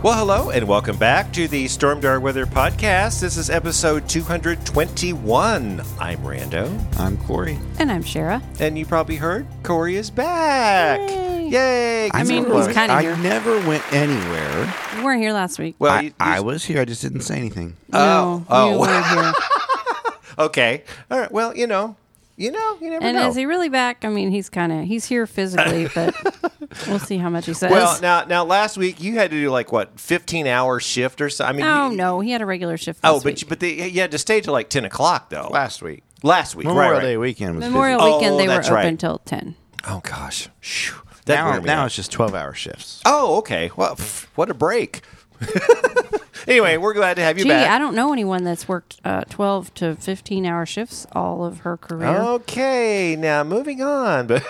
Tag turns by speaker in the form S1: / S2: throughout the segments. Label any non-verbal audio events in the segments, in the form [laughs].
S1: Well, hello, and welcome back to the Stormdar Weather Podcast. This is episode 221. I'm Rando.
S2: I'm Corey.
S3: And I'm Shara.
S1: And you probably heard Corey is back. Yay!
S3: Yay.
S1: Good
S3: I mean,
S1: work.
S3: he's kinda
S2: I
S3: here.
S2: never went anywhere.
S3: You weren't here last week.
S1: Well,
S2: I,
S1: you- you-
S2: I was here. I just didn't say anything.
S3: no,
S1: oh.
S3: you
S1: [laughs]
S3: were here.
S1: Uh, okay. All right. Well, you know, you know, you never
S3: And
S1: know.
S3: is he really back? I mean, he's kind of he's
S1: [laughs]
S3: here physically, but we'll see how much he says.
S1: well, now, now, last week you had to do like what, 15 hour shift or so? I mean,
S3: oh
S1: you-
S3: no, he had a regular shift.
S1: Oh,
S3: this
S1: but
S3: week.
S1: you, but they, you had to stay till like 10 o'clock though.
S2: Last week.
S1: Last week,
S2: Memorial
S1: right? right.
S2: Day weekend was
S3: Memorial
S1: Oh,
S3: weekend they were
S1: that's right.
S3: open till ten.
S1: Oh gosh. Phew.
S2: busy.
S1: That
S2: Now,
S1: wore me
S2: now
S1: out.
S2: it's just 12 hour shifts.
S1: Oh, okay. Well, pff, what a break. [laughs] anyway, we're glad to have you
S3: Gee,
S1: back.
S3: I don't know anyone that's worked uh, twelve to fifteen hour shifts all of her career.
S1: Oh. Okay, now moving on. [laughs] But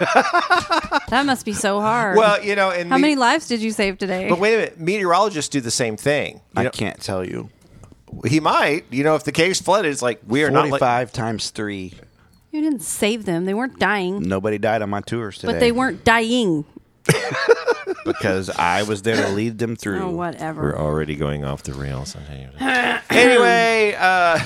S3: That must be so hard.
S1: well, you know, and
S3: how
S1: me-
S3: many lives did you save today?
S1: But wait a minute, meteorologists do the same thing. You
S2: I
S1: know,
S2: can't tell you.
S1: he might, you know, if the cave's flooded, it's like we are not.
S2: 45
S1: Like,
S2: times three.
S3: you didn't save them; they weren't dying,
S2: Nobody died on my tours today.
S3: but they weren't dying. Oh,
S2: Because I was there to lead them through.
S3: Oh, whatever.
S1: we're already going off the rails. [laughs] anyway, uh,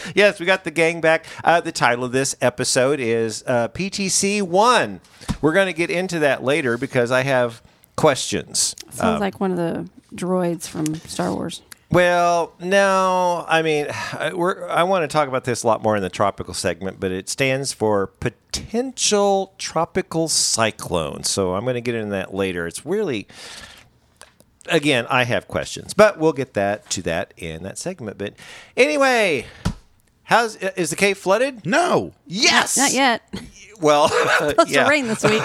S1: [laughs] yes, we got the gang back. Uh, the title of this episode is uh, PTC One. We're going to get into that later because I have questions.
S3: Sounds like one of the droids from Star Wars.
S1: Well, no, I mean, [sighs] I- we're, I want to talk about this a lot more in the tropical segment, but it stands for potential tropical cyclone. So I'm going to get into that later. It's really, again, I have questions, but we'll get that to that in that segment. But anyway, how's is the cave flooded?
S2: No.
S1: Yes.
S3: Not yet. [laughs]
S1: Well,
S3: Supposed
S1: yeah.
S3: to rain
S1: [laughs]
S3: this week.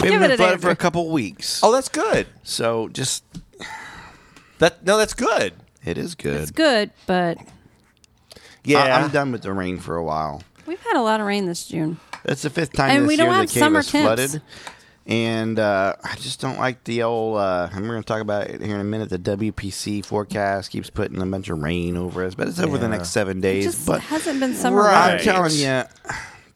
S2: We've
S3: it
S2: been
S3: an
S2: flooded for
S3: answer.
S2: a couple weeks.
S1: Oh, that's good.
S2: So just,
S1: That no, that's good.
S2: it is good.
S3: It's good, but
S1: Yeah,
S2: I, am done with the rain for a while.
S3: we've had a lot of rain this June.
S2: That's the fifth time
S3: And
S2: this
S3: we don't
S2: year
S3: have
S2: the cave
S3: summer
S2: was
S3: temps.
S2: flooded. And uh, I just don't like the old. Uh, and we're going to talk about it here in a minute. The WPC forecast keeps putting a bunch of rain over us, but it's over the
S1: Yeah.
S2: next seven
S3: It
S2: days.
S3: just
S2: but
S3: hasn't been summer.
S1: Right.
S2: I'm
S3: weather.
S2: telling you,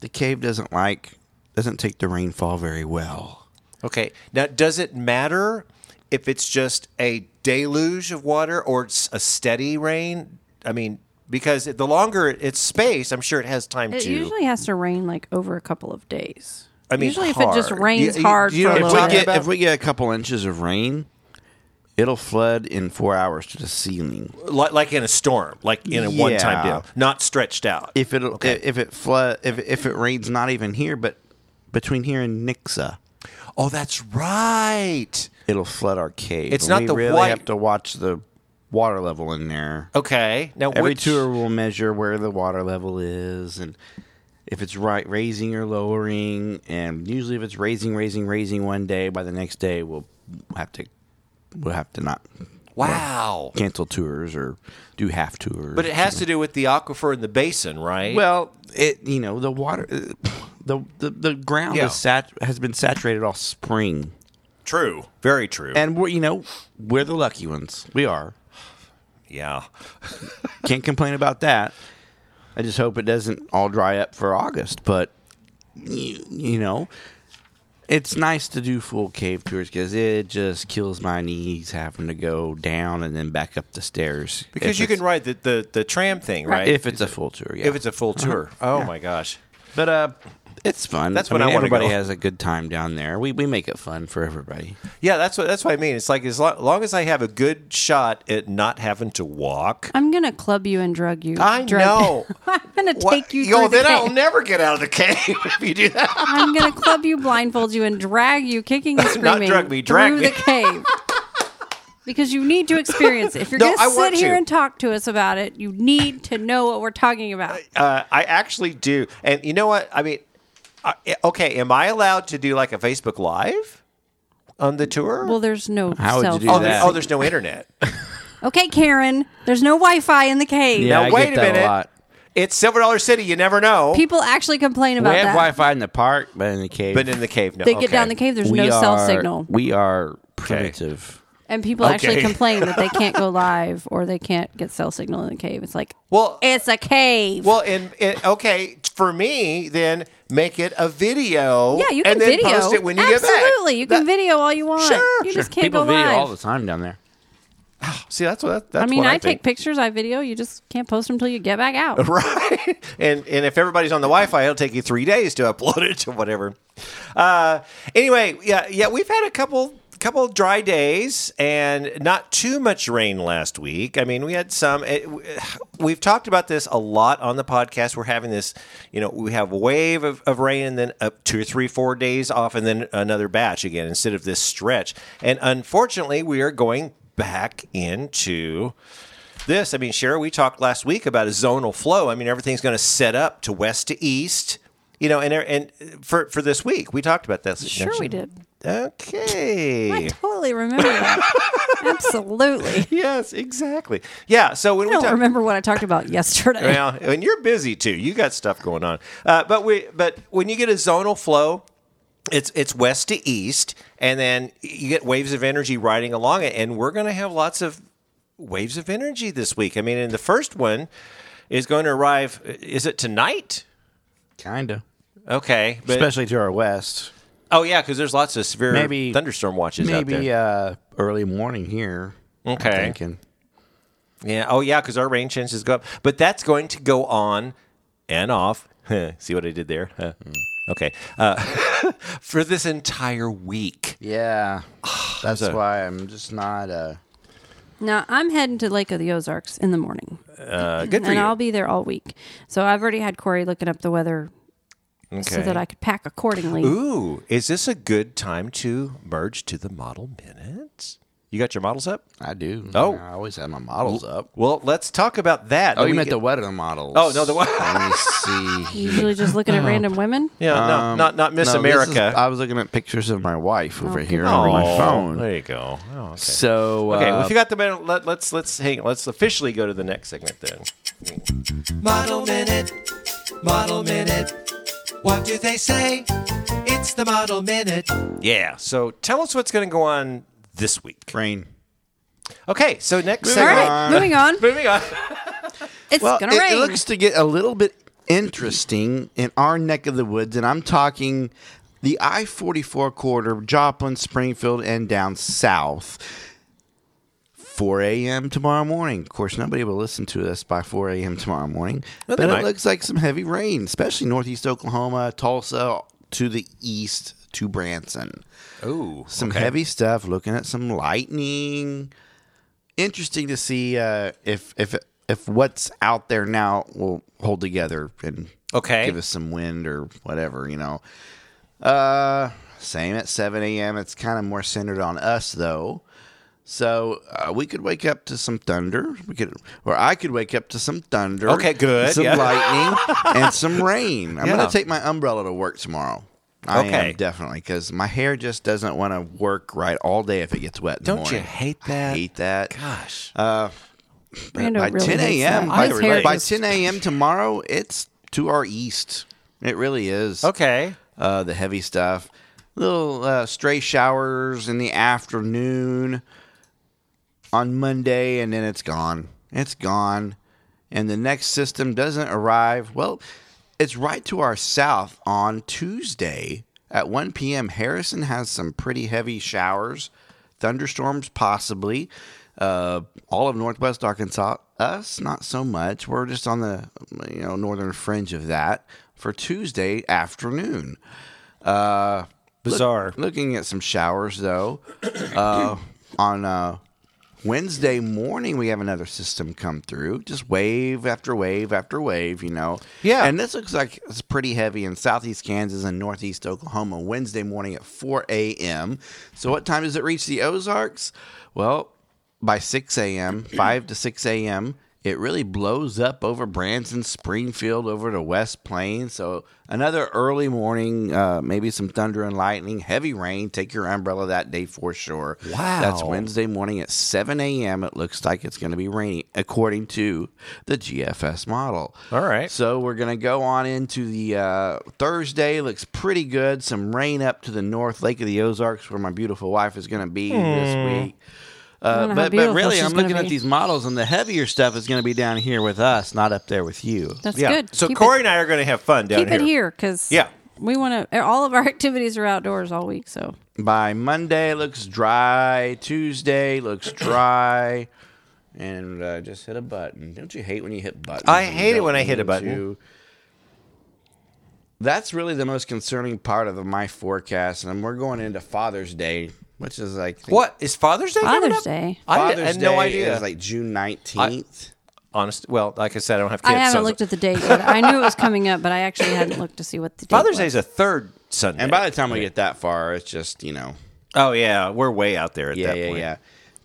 S2: the cave doesn't like doesn't take the rainfall very well.
S1: Okay. Now, does it matter if it's just a deluge of water or it's a steady rain? I mean, because the longer it's spaced, I'm sure it has time
S3: It
S1: to.
S3: usually has to rain like over a couple of days.
S1: I mean,
S3: usually if it just
S1: hard.
S3: rains
S1: You- you-
S3: hard
S1: you know what
S3: for
S1: I'm
S3: a
S2: If
S3: little
S2: we
S1: talking
S3: bit.
S2: get if we get a couple inches of rain, it'll flood in four hours to the ceiling.
S1: like, like in a storm, like in a
S2: Yeah.
S1: one-time deal, not stretched out.
S2: If it will if it flood if if it rains not even here but between here and Nixa,
S1: oh, that's right.
S2: it'll flood our cave.
S1: It's
S2: And
S1: not
S2: we
S1: the
S2: really
S1: white-
S2: have to watch the water level in there.
S1: Okay. Now,
S2: Every
S1: which,
S2: tour will measure where the water level is and if it's right raising or lowering. And usually, if it's raising, raising, raising one day, by the next day we'll have to we'll have to not
S1: Wow.
S2: cancel tours or do half tours.
S1: But it has to do with the aquifer in the basin, right?
S2: well, it you know the water the the, the ground
S1: Yeah.
S2: is sat, has been saturated all spring,
S1: true. Very true.
S2: and we're you know we're the lucky ones. We are.
S1: yeah.
S2: Can't complain about that. I just hope it doesn't all dry up for August, but you, you know, it's nice to do full cave tours because it just kills my knees having to go down and then back up the stairs.
S1: Because
S2: If
S1: you can
S2: it's-
S1: ride the, the, the tram thing, right?
S2: if it's a full tour, yeah.
S1: If it's a full tour. Oh, my gosh.
S2: but uh, It's fun.
S1: That's when I
S2: mean,
S1: wanna
S2: Everybody
S1: go.
S2: has a good time down there. We we make it fun for everybody.
S1: Yeah, that's what that's what I mean. It's like as lo- long as I have a good shot at not having to walk.
S3: I'm gonna club you and drug you.
S1: I
S3: drug-
S1: know.
S3: [laughs] I'm gonna
S1: What-
S3: take you
S1: Yo,
S3: through the
S1: then I'll
S3: cave.
S1: never get out of the cave [laughs] if you do that. [laughs]
S3: I'm gonna club you, blindfold you, and drag you, kicking and screaming,
S1: Not drug me, drag
S3: through
S1: me.
S3: the
S1: [laughs]
S3: cave. Because you need to experience it. If you're
S1: No, I
S3: gonna sit
S1: want
S3: here
S1: to.
S3: and talk to us about it, you need to know what we're talking about.
S1: Uh, I actually do, and you know what? I mean, I, okay, am I allowed to do like a Facebook Live on the tour?
S3: Well, there's no
S2: How would you
S3: cell
S2: do
S1: oh,
S3: phone.
S1: there-
S2: that.
S1: oh, there's no
S3: [laughs]
S1: internet.
S3: Okay, Karen. There's no Wi-Fi in the cave.
S2: Yeah, I
S1: now
S2: get
S1: wait a
S2: that a
S1: minute.
S2: lot.
S1: It's Silver Dollar City. You never know.
S3: People actually complain about
S2: we have
S3: that.
S2: Wi-Fi in the park, but in the cave,
S1: but in the cave, no.
S3: They get
S1: okay.
S3: down the cave. There's no
S2: we
S3: cell
S2: are-
S3: signal,
S2: We are primitive.
S3: and people actually
S1: Okay.
S3: complain that they can't
S1: [laughs]
S3: go live or they can't get cell signal in the cave. It's like,
S1: Well,
S3: it's a cave.
S1: Well, and, and okay, for me, then make it a video.
S3: yeah, you can
S1: and then
S3: video.
S1: post it when you
S3: Absolutely,
S1: get back.
S3: you can
S1: That-
S3: video all you want.
S1: Sure,
S3: you just can't
S2: People
S3: go
S2: video
S3: live.
S2: all the time down there.
S1: See, that's what that's
S3: I mean,
S1: what
S3: I,
S1: I,
S3: take
S1: think.
S3: pictures, I video. You just can't post them until you get
S1: [laughs]
S3: back out.
S1: right. And and if everybody's on the Wi-Fi, it'll take you three days to upload it to whatever. Uh, anyway, yeah, yeah, we've had a couple couple dry days and not too much rain last week. I mean, we had some. It, [sighs] we've talked about this a lot on the podcast. We're having this, you know, we have a wave of, of rain and then up two or three, four days off, and then another batch again instead of this stretch. And unfortunately, we are going back into this. I mean, Shara, we talked last week about a zonal flow. I mean, everything's going to set up to west to east. You know, and er, and for for this week, we talked about this.
S3: Sure, we did. I [laughs]
S1: Okay.
S3: totally remember that.
S1: [laughs]
S3: Absolutely.
S1: yes, exactly. Yeah. So when
S3: I
S1: we
S3: don't
S1: talk,
S3: remember what I talked about yesterday.
S1: well, and you're busy too. You got stuff going on. Uh, but we but when you get a zonal flow, it's it's west to east, and then you get waves of energy riding along it, and we're going to have lots of waves of energy this week. I mean, and the first one is going to arrive. Is it tonight?
S2: Kinda,
S1: Okay, but,
S2: especially to our west.
S1: oh yeah, because there's lots of severe
S2: Maybe-
S1: thunderstorm watches out there.
S2: Maybe uh, early morning here. I'm
S1: Okay.
S2: thinking.
S1: Yeah. Oh, yeah, because our rain chances go up. But that's going to go on and off. [laughs] See what I did there? Huh. Okay. Uh, [laughs] for this entire week. [sighs]
S2: Yeah, that's
S1: a-
S2: why I'm just not. Uh,
S3: Now I'm heading to Lake of the Ozarks in the morning,
S1: Uh, good for
S3: Mm-hmm. and
S1: you.
S3: I'll be there all week. So I've already had Corey looking up the weather so that I could pack accordingly.
S1: Ooh, is this a good time to merge to the model minute? You got your models up?
S2: I do.
S1: Oh.
S2: I always have my models up.
S1: Well, let's talk about that.
S2: Oh,
S1: Then
S2: you
S1: we
S2: meant
S1: get-
S2: the weather models.
S1: Oh, no, the wed-
S2: Let me see.
S3: Usually just looking
S1: Uh-huh.
S3: at random women.
S1: [laughs] Yeah, no,
S2: Um,
S1: not not Miss
S2: no, this is-
S1: America.
S2: I was looking at pictures of my wife over
S3: good
S2: here on my
S1: Oh,
S2: phone.
S1: There you go. Oh, okay.
S2: So
S1: Okay, well,
S2: uh,
S1: if you got the minute, let, let's let's hang. Let's officially go to the next segment then. Model minute, model minute. What do they say? It's the model minute. Yeah. So tell us what's going to go on this week.
S2: rain.
S1: Okay. So next
S3: All
S1: segment.
S3: right, moving on.
S1: Moving on.
S3: It's
S2: Well,
S3: gonna
S2: it,
S3: rain.
S2: it looks to get a little bit interesting in our neck of the woods, and I'm talking the I 44 corridor, Joplin, Springfield, and down south. 4 a.m. tomorrow morning. Of course, nobody will listen to this by 4 a.m. tomorrow morning,
S1: No,
S2: but
S1: they
S2: it
S1: might.
S2: looks like some heavy rain, especially northeast Oklahoma, Tulsa to the east to Branson
S1: Oh,
S2: some heavy stuff. Looking at some lightning. Interesting to see uh, if if if what's out there now will hold together and
S1: Okay.
S2: give us some wind or whatever. You know. Uh, same at seven a.m. It's kind of more centered on us though. So uh, we could wake up to some thunder. We could, or I could wake up to some thunder.
S1: Okay, good,
S2: Some
S1: yeah.
S2: lightning and some rain. I'm
S1: Yeah.
S2: gonna take my umbrella to work tomorrow. I am
S1: Okay.
S2: Definitely, because my hair just doesn't want to work right all day if it gets wet. In the
S1: Don't you
S2: morning.
S1: hate
S2: I
S1: that?
S2: hate that.
S1: Gosh.
S2: Uh, But
S3: Rando
S2: by
S3: really
S2: 10
S3: hates
S2: a.m.
S3: that.
S2: By,
S3: His hair
S2: by
S3: just-
S2: 10 a.m. tomorrow, it's to our east. It really is.
S1: okay.
S2: Uh, the heavy stuff, little uh, stray showers in the afternoon on Monday, and then it's gone. It's gone, and the next system doesn't arrive. Well, it's right to our south on Tuesday at 1 p.m. Harrison has some pretty heavy showers, thunderstorms possibly. Uh, all of Northwest Arkansas, us not so much. We're just on the you know northern fringe of that. for Tuesday afternoon. Uh, look-
S1: Bizarre.
S2: looking at some showers though. Uh, on uh, Wednesday morning, we have another system come through, just wave after wave after wave. You know,
S1: Yeah.
S2: And this looks like it's pretty heavy in southeast Kansas and northeast Oklahoma. Wednesday morning at 4 a.m. So, what time does it reach the Ozarks? Well, by 6
S1: [clears throat]
S2: a.m., 5 to 6 a.m. It really blows up over Branson, Springfield, over to West Plains. So another early morning, uh, maybe some thunder and lightning, heavy rain. Take your umbrella that day for sure.
S1: Wow.
S2: That's Wednesday morning at 7 a.m. It looks like it's going to be rainy, according to the GFS model.
S1: All right.
S2: So we're going to go on into the uh, Thursday. Looks pretty good. Some rain up to the north, Lake of the Ozarks, where my beautiful wife is going to be
S1: Hmm.
S2: this week.
S3: don't
S2: Uh,
S3: know how
S2: but, but
S3: beautiful
S2: really,
S3: she's
S2: I'm
S3: gonna
S2: looking at
S3: be.
S2: these models, and the heavier stuff is going to be down here with us, not up there with you.
S3: That's
S1: yeah.
S3: good.
S1: So
S3: Keep
S1: Corey
S3: it,
S1: and I are going to have fun down
S3: keep
S1: here.
S3: it here because
S1: Yeah.
S3: we want to. All of our [laughs] activities are outdoors all week, so
S2: by Monday looks dry. Tuesday looks dry. And uh, just hit a button. Don't you hate when you hit buttons?
S1: I
S2: and you
S1: hate it
S2: don't
S1: when I hit a
S2: mean
S1: button.
S2: to? That's really the most concerning part of my forecast. And we're going into Father's Day, which is like
S1: What is Father's Day? coming
S3: Father's
S1: up?
S3: Day.
S1: I
S2: Father's
S1: had- I had
S2: Day
S1: no idea.
S2: is like June 19th.
S1: Honest. Well, like I said, I don't have
S3: I
S1: kids.
S3: haven't
S1: so-
S3: looked at the date. Yet. I knew it was coming up, but I actually hadn't looked to see what the date
S1: Father's Day
S3: was.
S1: is a third Sunday.
S2: and by the time we get that far, it's just, you know,
S1: oh yeah, we're way out there at
S2: yeah,
S1: that
S2: yeah,
S1: point.
S2: yeah.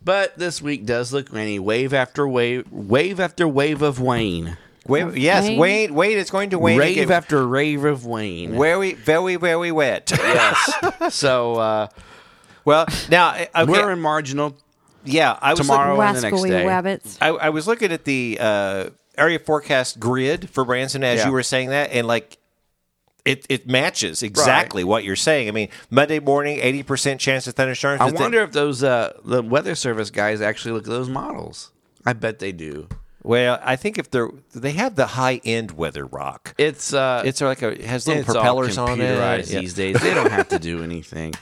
S2: But this week does look rainy. Wave after wave, wave after wave of Wayne.
S1: Wait, yes,
S3: Wayne?
S1: wait, wait. It's going to wait.
S2: rave
S1: again.
S2: after rave of Wayne.
S1: very, very, very wet. [laughs]
S2: [laughs] yes. So uh, [laughs]
S1: well, now eh, okay,
S2: we're in marginal.
S1: yeah, I was
S2: Tomorrow.
S1: look-
S2: on the next
S3: Wascally
S2: day.
S3: wabbits.
S1: I, I was looking at the uh, area forecast grid for Branson as
S2: Yeah.
S1: you were saying that, and like. It, it matches exactly what you're saying. I mean, Monday morning, 80% chance of thunderstorms.
S2: I
S1: The thing-
S2: wonder if those uh, the weather service guys actually look at those models. I bet they do.
S1: Well, I think if they're they have the high end weather rock.
S2: It's uh,
S1: It's like a it has little
S2: it's
S1: propellers
S2: all
S1: on it.
S2: computerized
S1: Yeah.
S2: these days. They don't have [laughs] to do anything.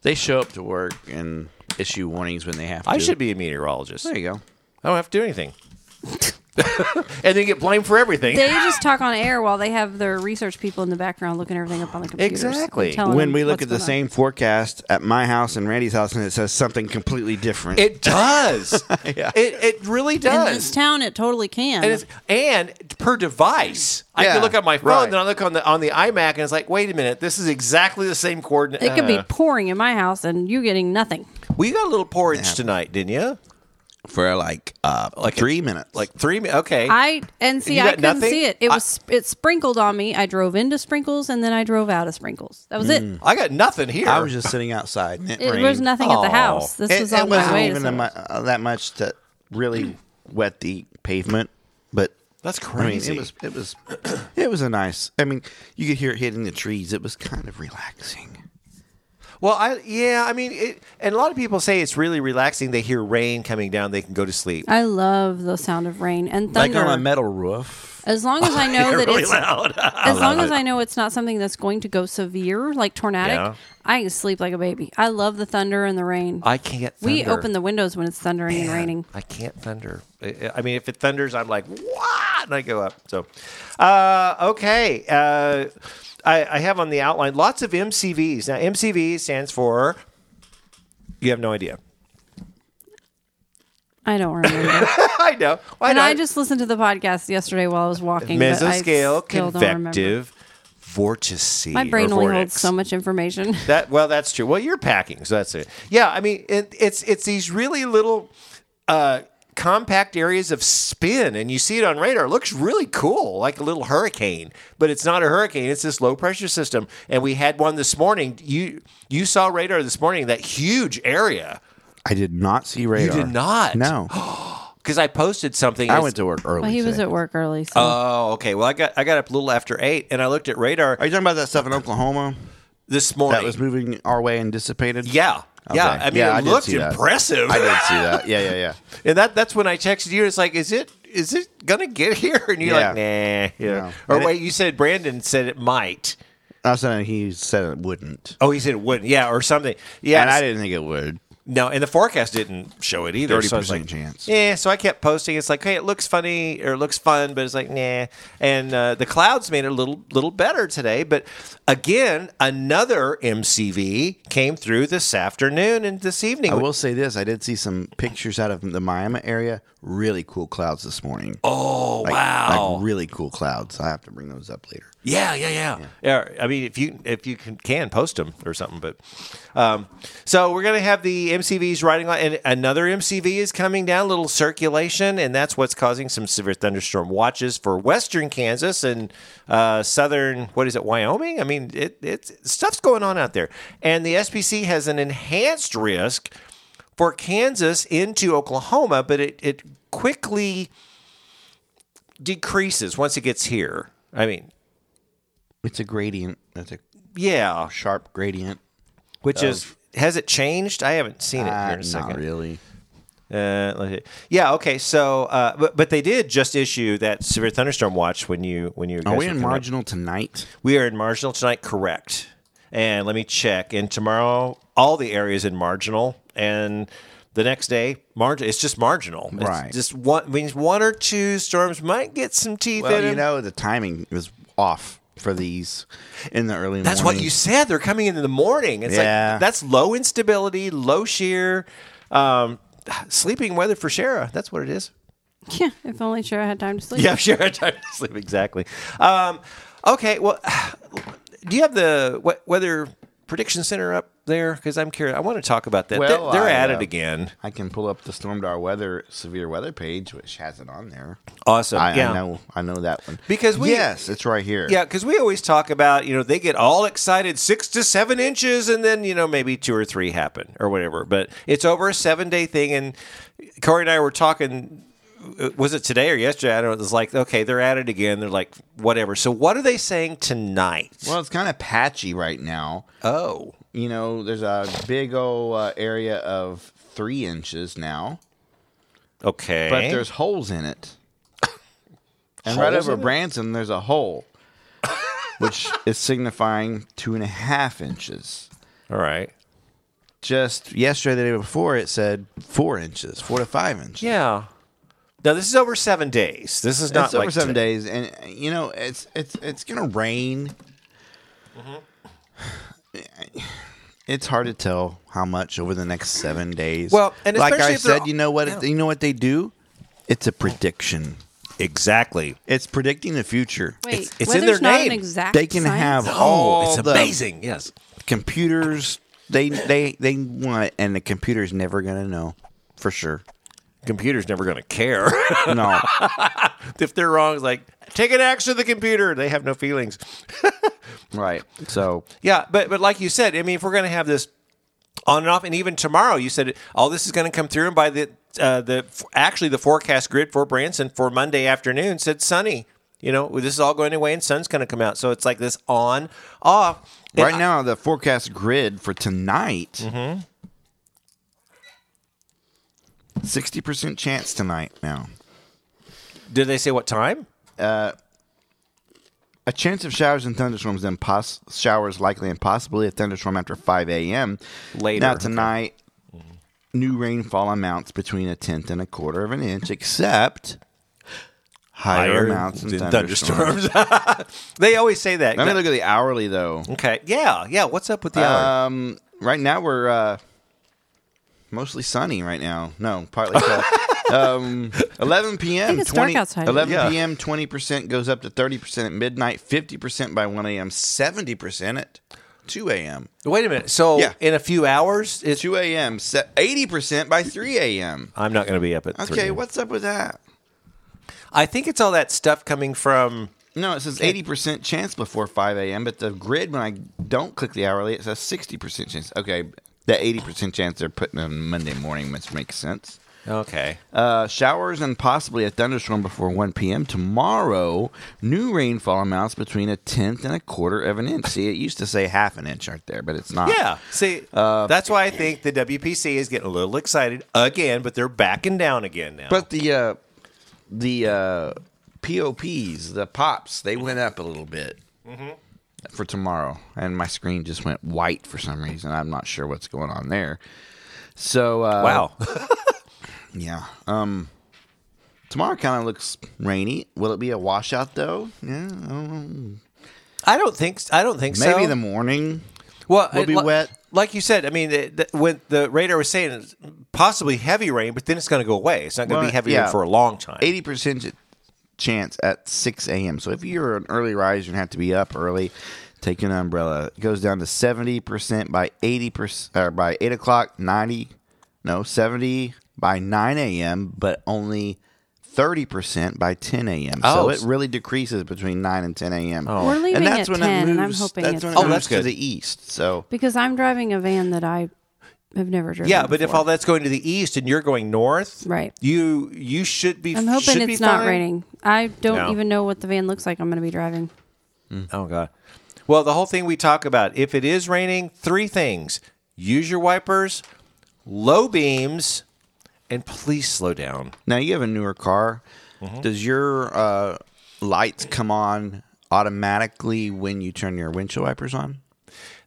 S2: They show up to work and issue warnings when they have to.
S1: I should be a meteorologist.
S2: There you go.
S1: I don't have to do anything. [laughs] and then get blamed for everything.
S3: They just talk on air while they have their research people in the background looking everything up on the computer.
S1: Exactly.
S2: When we look at the same forecast at my house and Randy's house, and it says something completely different.
S1: it [laughs] does.
S2: Yeah.
S1: It it really
S3: in this
S1: does.
S3: town, it totally can.
S1: And, it's, and per device, I
S2: Yeah,
S1: can look at my phone,
S2: right.
S1: then I look on the on the iMac, and it's like, wait a minute, this is exactly the same coordinate.
S3: it could be
S1: Uh,
S3: pouring in my house and you getting nothing.
S1: we got a little porridge tonight, didn't you?
S2: for like uh, like three minutes.
S1: Like three. mi- Okay.
S3: I and see,
S1: You
S3: I
S1: got
S3: couldn't
S1: nothing?
S3: see it. It
S1: I-
S3: was it sprinkled on me. I drove into sprinkles and then I drove out of sprinkles. That was it.
S1: I got nothing here.
S2: I was just sitting outside. And it
S3: It
S2: rained.
S3: was nothing at
S1: Aw.
S3: the house. This
S2: it,
S3: was
S2: it
S3: on my
S2: wasn't
S3: way. to
S2: even a
S3: somewhere.
S2: mu- uh, that much to really wet the pavement, but
S1: That's
S2: I mean,
S1: crazy.
S2: it was it was it was a nice. I mean, you could hear it hitting the trees. It was kind of relaxing.
S1: Well, I yeah, I mean, it, and a lot of people say it's really relaxing. They hear rain coming down, they can go to sleep.
S3: I love the sound of rain and thunder.
S2: metal roof.
S3: as
S1: [laughs]
S3: long as I know that it's [laughs]
S1: loud.
S3: as long as I know it's not something that's going to go severe like tornadic,
S1: Yeah.
S3: I can sleep like a baby. I love the thunder and the rain.
S1: I can't. Thunder.
S3: We open the windows when it's thundering and raining.
S1: I can't thunder. I I mean, if it thunders, I'm like, what? And I go up. So, uh, okay. Uh, I, I have on the outline lots of MCVs. Now, MCV stands for. You have no idea. [laughs]
S3: I don't remember.
S1: I know.
S3: and
S1: know.
S3: I just listened to the podcast yesterday while I was walking. but I
S1: mesoscale
S3: still don't remember.
S1: convective vortices.
S3: My brain
S1: or
S3: only
S1: vortex.
S3: holds so much [laughs] information.
S1: That well, that's true. Well, you're packing, so that's it. Yeah, I mean, it, it's it's these really little uh, compact areas of spin, and you see it on radar. It looks really cool, like a little hurricane, but it's not a hurricane. It's this low pressure system, and we had one this morning. You you saw radar this morning that huge area
S2: I did not see radar.
S1: did not? [gasps]
S2: No,
S1: because I posted something.
S2: I
S1: It's-
S2: went to work early.
S3: Well, he was
S2: today.
S3: at work early, so
S1: Oh, okay. Well, I got I got up a little after eight, and I looked at radar
S2: Are you talking about that stuff in Oklahoma
S1: this morning.
S2: that was moving our way and dissipated?
S1: yeah. Yeah,
S2: Okay.
S1: I mean,
S2: Yeah, I
S1: it
S2: did
S1: looked
S2: see that.
S1: impressive.
S2: I did see that. Yeah, yeah, yeah.
S1: And that that's when I texted you. It's like, is it is it gonna get [laughs] here? And you're like, nah. Yeah.
S2: No.
S1: Or
S2: And it-
S1: wait, you said Brandon said it might.
S2: I was saying he said it wouldn't,
S1: Oh, he said it wouldn't. Yeah, or something. Yeah.
S2: and I didn't think it would.
S1: No, and the forecast didn't show it either. so I was
S2: 30%
S1: like,
S2: chance.
S1: Yeah, so I kept posting. It's like, hey, it looks funny or it looks fun, but it's like, nah. And uh, the clouds made it a little little better today. But again, another MCV came through this afternoon and this evening.
S2: I will say this: I did see some pictures out of the Miami area. Really cool clouds this morning.
S1: oh
S2: Like-
S1: wow!
S2: Like really cool clouds. I have to bring those up later.
S1: Yeah, yeah, yeah, yeah. I mean, if you if you can, can post them or something, but um, so we're gonna have the MCVs riding on, and another MCV is coming down, little circulation, and that's what's causing some severe thunderstorm watches for western Kansas and uh, southern. What is it, Wyoming? I mean, it it's stuff's going on out there, and the SPC has an enhanced risk for Kansas into Oklahoma, but it it quickly decreases once it gets here. I mean.
S2: It's a gradient. That's a
S1: Yeah,
S2: sharp gradient.
S1: which is has it changed? I haven't seen it
S2: Uh,
S1: here in a
S2: not
S1: second.
S2: really.
S1: Uh, let's see. yeah, okay. So, uh, but but they did just issue that severe thunderstorm watch when you when you
S2: Are
S1: guys
S2: we
S1: were
S2: in
S1: coming up.
S2: marginal tonight?
S1: We are in marginal tonight, correct? And let me check. And tomorrow, all the areas in marginal, and the next day, margin. It's just marginal, It's
S2: Right.
S1: just one means one or two storms might get some teeth in
S2: Well, you
S1: them.
S2: know the timing was off for these in the early.
S1: That's what
S2: morning.
S1: you said. They're coming in in the morning. It's
S2: Yeah.
S1: like that's low instability, low shear, um, sleeping weather for Shara. That's what it is.
S3: [laughs]
S1: [laughs]
S3: Yeah, if only sure I had time to sleep.
S1: Yeah, Shara time to sleep exactly. Um, okay, well, [sighs] do you have the we- weather prediction center up there? Because I'm curious. I want to talk about that.
S2: Well,
S1: they're they're
S2: I,
S1: at
S2: uh,
S1: it again.
S2: I can pull up the Stormdar weather severe weather page, which has it on there.
S1: Awesome.
S2: I,
S1: yeah.
S2: I know, I know that one
S1: Because we-
S2: yes, it's right here.
S1: Yeah, because we always talk about, you know, they get all excited six to seven inches, and then, you know, maybe two or three happen or whatever. But it's over a seven day thing. And Corey and I were talking, uh, was it today or yesterday? I don't know. It was like, okay, they're at it again. They're like, whatever. So what are they saying tonight?
S2: Well, it's kind of patchy right now.
S1: oh,
S2: You know, there's a big old uh, area of three inches now,
S1: okay.
S2: but there's holes in
S1: [laughs]
S2: it. And right
S1: Eh? Holes
S2: over
S1: in it?
S2: Branson, there's a hole, which [laughs] is signifying two and a half inches.
S1: all right.
S2: Just yesterday, the day before, it said four inches, four to five inches.
S1: Yeah. Now, this is over seven days. This is not
S2: it's over
S1: like
S2: seven
S1: today.
S2: days, and uh, you know it's it's it's gonna rain.
S1: Mm-hmm.
S2: It's hard to tell how much over the next seven days.
S1: Well, and
S2: like
S1: especially
S2: I
S1: if they're-
S2: said, you know what? it- You know what they do? It's a prediction.
S1: Exactly.
S2: It's predicting the future.
S3: Wait,
S1: It's- it's in
S3: weather's
S1: their
S3: not
S1: name.
S3: an exact
S2: They can
S3: science?
S2: have all
S1: Oh, it's
S2: the
S1: amazing. Yes.
S2: computers. They they they want, it, and the computer's never gonna know for sure.
S1: Computer's never going to care. [laughs]
S2: No,
S1: if they're wrong, it's like take an axe to the computer. They have no feelings.
S2: right? So
S1: Yeah, but but like you said, I mean, if we're going to have this on and off, and even tomorrow, you said all this is going to come through, and by the uh, the actually the forecast grid for Branson for Monday afternoon said sunny. You know, this is all going away, and sun's going to come out. So it's like this on off. And
S2: right now, the forecast grid for tonight.
S1: Mm-hmm.
S2: 60% chance tonight now.
S1: did they say what time?
S2: A chance of showers and thunderstorms, then poss- showers likely and possibly a thunderstorm after 5 a.m.
S1: Later,
S2: Now,
S1: okay. Mm-hmm.
S2: tonight, new rainfall amounts between a tenth and a quarter of an inch, except higher, amounts in
S1: than
S2: thunderstorms.
S1: thunderstorms. [laughs] they always say that.
S2: Let me look at the hourly, though.
S1: okay, yeah, yeah. What's up with the hour?
S2: Um, right now we're uh, mostly sunny right now. No, partly
S3: [laughs]
S2: cloudy. um, 11 p.m.
S3: think it's
S2: 20,
S3: dark outside.
S2: 11
S1: Yeah.
S2: p.m. 20% goes up to 30% at midnight, 50% by 1 a.m., 70% at 2 a.m.
S1: Wait a minute. So
S2: Um, yeah.
S1: in a few hours, it's,
S2: 2 a.m. se- 80% by 3 a.m.
S1: I'm not going to be up at.
S2: Okay,
S1: 3.
S2: what's up with that?
S1: I think it's all that stuff coming from.
S2: No, it says 80% chance before 5 a.m., but the grid, when I don't click the hourly, it says 60% chance. Okay, that 80% chance they're putting on Monday morning, which makes sense.
S1: Okay.
S2: Uh, showers and possibly a thunderstorm before 1 p.m. tomorrow. New rainfall amounts between a tenth and a quarter of an inch. See, it used to say half an inch right there, but it's not.
S1: Yeah. See, that's why I think the WPC is getting a little excited again, but they're backing down again now.
S2: But the uh, the uh, pops, the pops, they went up a little bit
S1: Mm-hmm.
S2: for tomorrow, and my screen just went white for some reason. I'm not sure what's going on there. So uh,
S1: Wow.
S2: yeah. Um, tomorrow kind of looks rainy. Will it be a washout though? Yeah, I don't know.
S1: [laughs] I don't think s- I don't think so.
S2: maybe the morning.
S1: well,
S2: will
S1: it-
S2: be
S1: li-
S2: wet.
S1: Like you said, I mean, it, th- when the radar was saying it's possibly heavy rain, but then it's going to go away. It's not going to
S2: Well,
S1: be heavy
S2: yeah.
S1: rain for a long time.
S2: Eighty percent chance at six a.m. So if you're an early riser and have to be up early, take an umbrella. It goes down to seventy percent by eighty percent or by eight o'clock. Ninety, no seventy by nine a.m. But only. 30% by 10 a.m.
S1: Oh.
S2: So it really decreases between 9 and 10 a.m.
S3: We're leaving
S2: and that's
S3: at
S2: when
S3: 10,
S2: it
S3: and I'm
S2: moves,
S3: hoping
S2: that's
S3: it's
S2: when it
S1: Oh,
S2: moves
S1: that's
S2: to
S1: good.
S2: the east. So
S3: because I'm driving a van that I have never driven.
S1: yeah, but if
S3: before.
S1: all that's going to the east and you're going north,
S3: Right.
S1: You you should be.
S3: I'm
S1: should
S3: hoping
S1: be
S3: it's not
S1: fine.
S3: raining. I don't
S1: No.
S3: even know what the van looks like. I'm going to be driving.
S1: Oh god. Well, the whole thing we talk about, if it is raining, three things. Use your wipers, low beams, and please slow down.
S2: Now you have a newer car.
S1: Mm-hmm.
S2: Does your uh, lights come on automatically when you turn your windshield wipers on?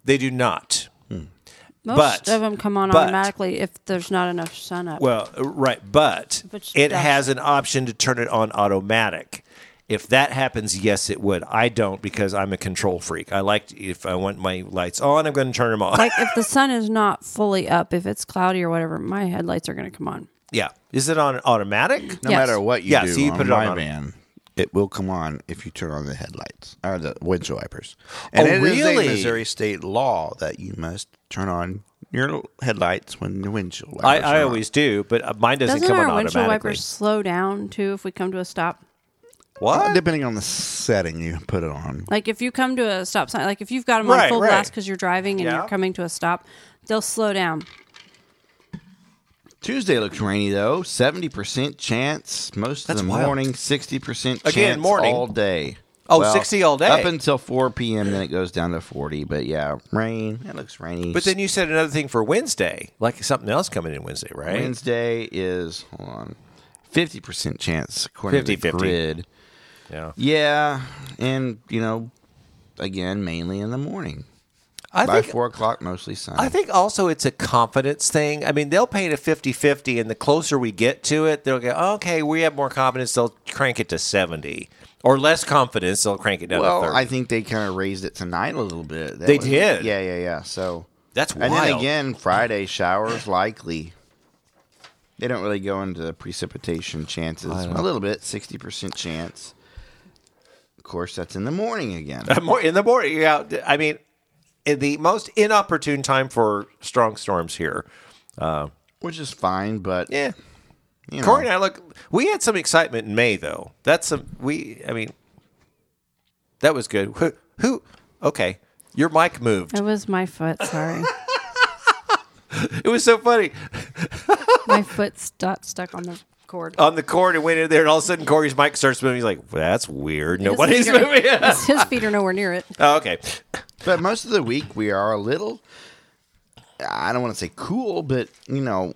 S1: They do not.
S3: Most
S1: But-
S3: of them come on
S1: but-
S3: automatically if there's not enough sun up.
S1: Well, uh, right, but
S3: But she
S1: it
S3: does.
S1: has an option to turn it on automatic. If that happens, yes, it would. I don't because I'm a control freak. I like to- if I want my lights on, I'm going to turn them on. [laughs]
S3: like if the sun is not fully up, if it's cloudy or whatever, my headlights are going to come on.
S1: yeah, is it on automatic?
S2: No
S3: Yes.
S2: matter what you
S1: Yeah,
S2: do
S1: so you
S2: on
S1: put it
S2: my
S1: on.
S2: van, it will come on if you turn on the headlights or the windshield wipers. And
S1: Oh,
S2: it is
S1: really?
S2: a Missouri state law that you must turn on your headlights when the windshield wipers.
S1: I,
S2: are
S1: I
S2: on.
S1: always do, but uh, mine doesn't,
S3: Doesn't
S1: come on
S3: our windshield
S1: automatically.
S3: wipers slow down too if we come to a stop?
S1: What?
S2: depending on the setting you put it on.
S3: Like if you come to a stop sign, like if you've got them
S1: Right,
S3: on full
S1: right.
S3: blast because you're driving and
S1: Yeah.
S3: you're coming to a stop, they'll slow down.
S2: Tuesday looks rainy though. Seventy percent chance most
S1: That's
S2: of the
S1: wild.
S2: morning. Sixty percent chance
S1: Again, morning.
S2: all day.
S1: Oh, 60 all day.
S2: Up until four p.m. Then it goes down to forty. But yeah, rain. It looks rainy.
S1: But then you said another thing for Wednesday, like something else coming in Wednesday, right?
S2: Wednesday is hold on fifty percent chance according to the
S1: 50-50.
S2: grid.
S1: Yeah.
S2: Yeah, and you know, again, mainly in the morning.
S1: I
S2: By
S1: think
S2: four o'clock, mostly sunny.
S1: I think also it's a confidence thing. I mean, they'll paint a 50-50 and the closer we get to it, they'll go, "Okay, we have more confidence, they'll crank it to 70." Or less confidence, they'll crank it down
S2: well,
S1: to 30.
S2: I think they kind of raised it tonight a little bit. That
S1: They
S2: was-
S1: did.
S2: Yeah, yeah, yeah. So
S1: That's
S2: And then
S1: wild.
S2: again, Friday showers likely. They don't really go into the precipitation chances. A little bit, sixty percent chance. Of course, that's in the
S1: [laughs]
S2: morning again.
S1: More in the morning, yeah. I mean, in the most inopportune time for strong storms here.
S2: which is fine, but
S1: Yeah.
S2: you know,
S1: Corey and I look. We had some excitement in May, though. That's some. We. I mean, that was good. Who? who okay. Your mic moved.
S3: It was my foot.
S1: [laughs]
S3: Sorry,
S1: It was so funny.
S3: my foot stu- stuck on the cord.
S1: On the cord, it went in there, and all of a sudden, Corey's mic starts moving. He's like, well, "That's weird. Nobody's
S3: feet are-
S1: moving." [laughs]
S3: [laughs] His feet are nowhere near it.
S1: oh, okay.
S2: but most of the week we are a little. I don't want to say cool, but you know,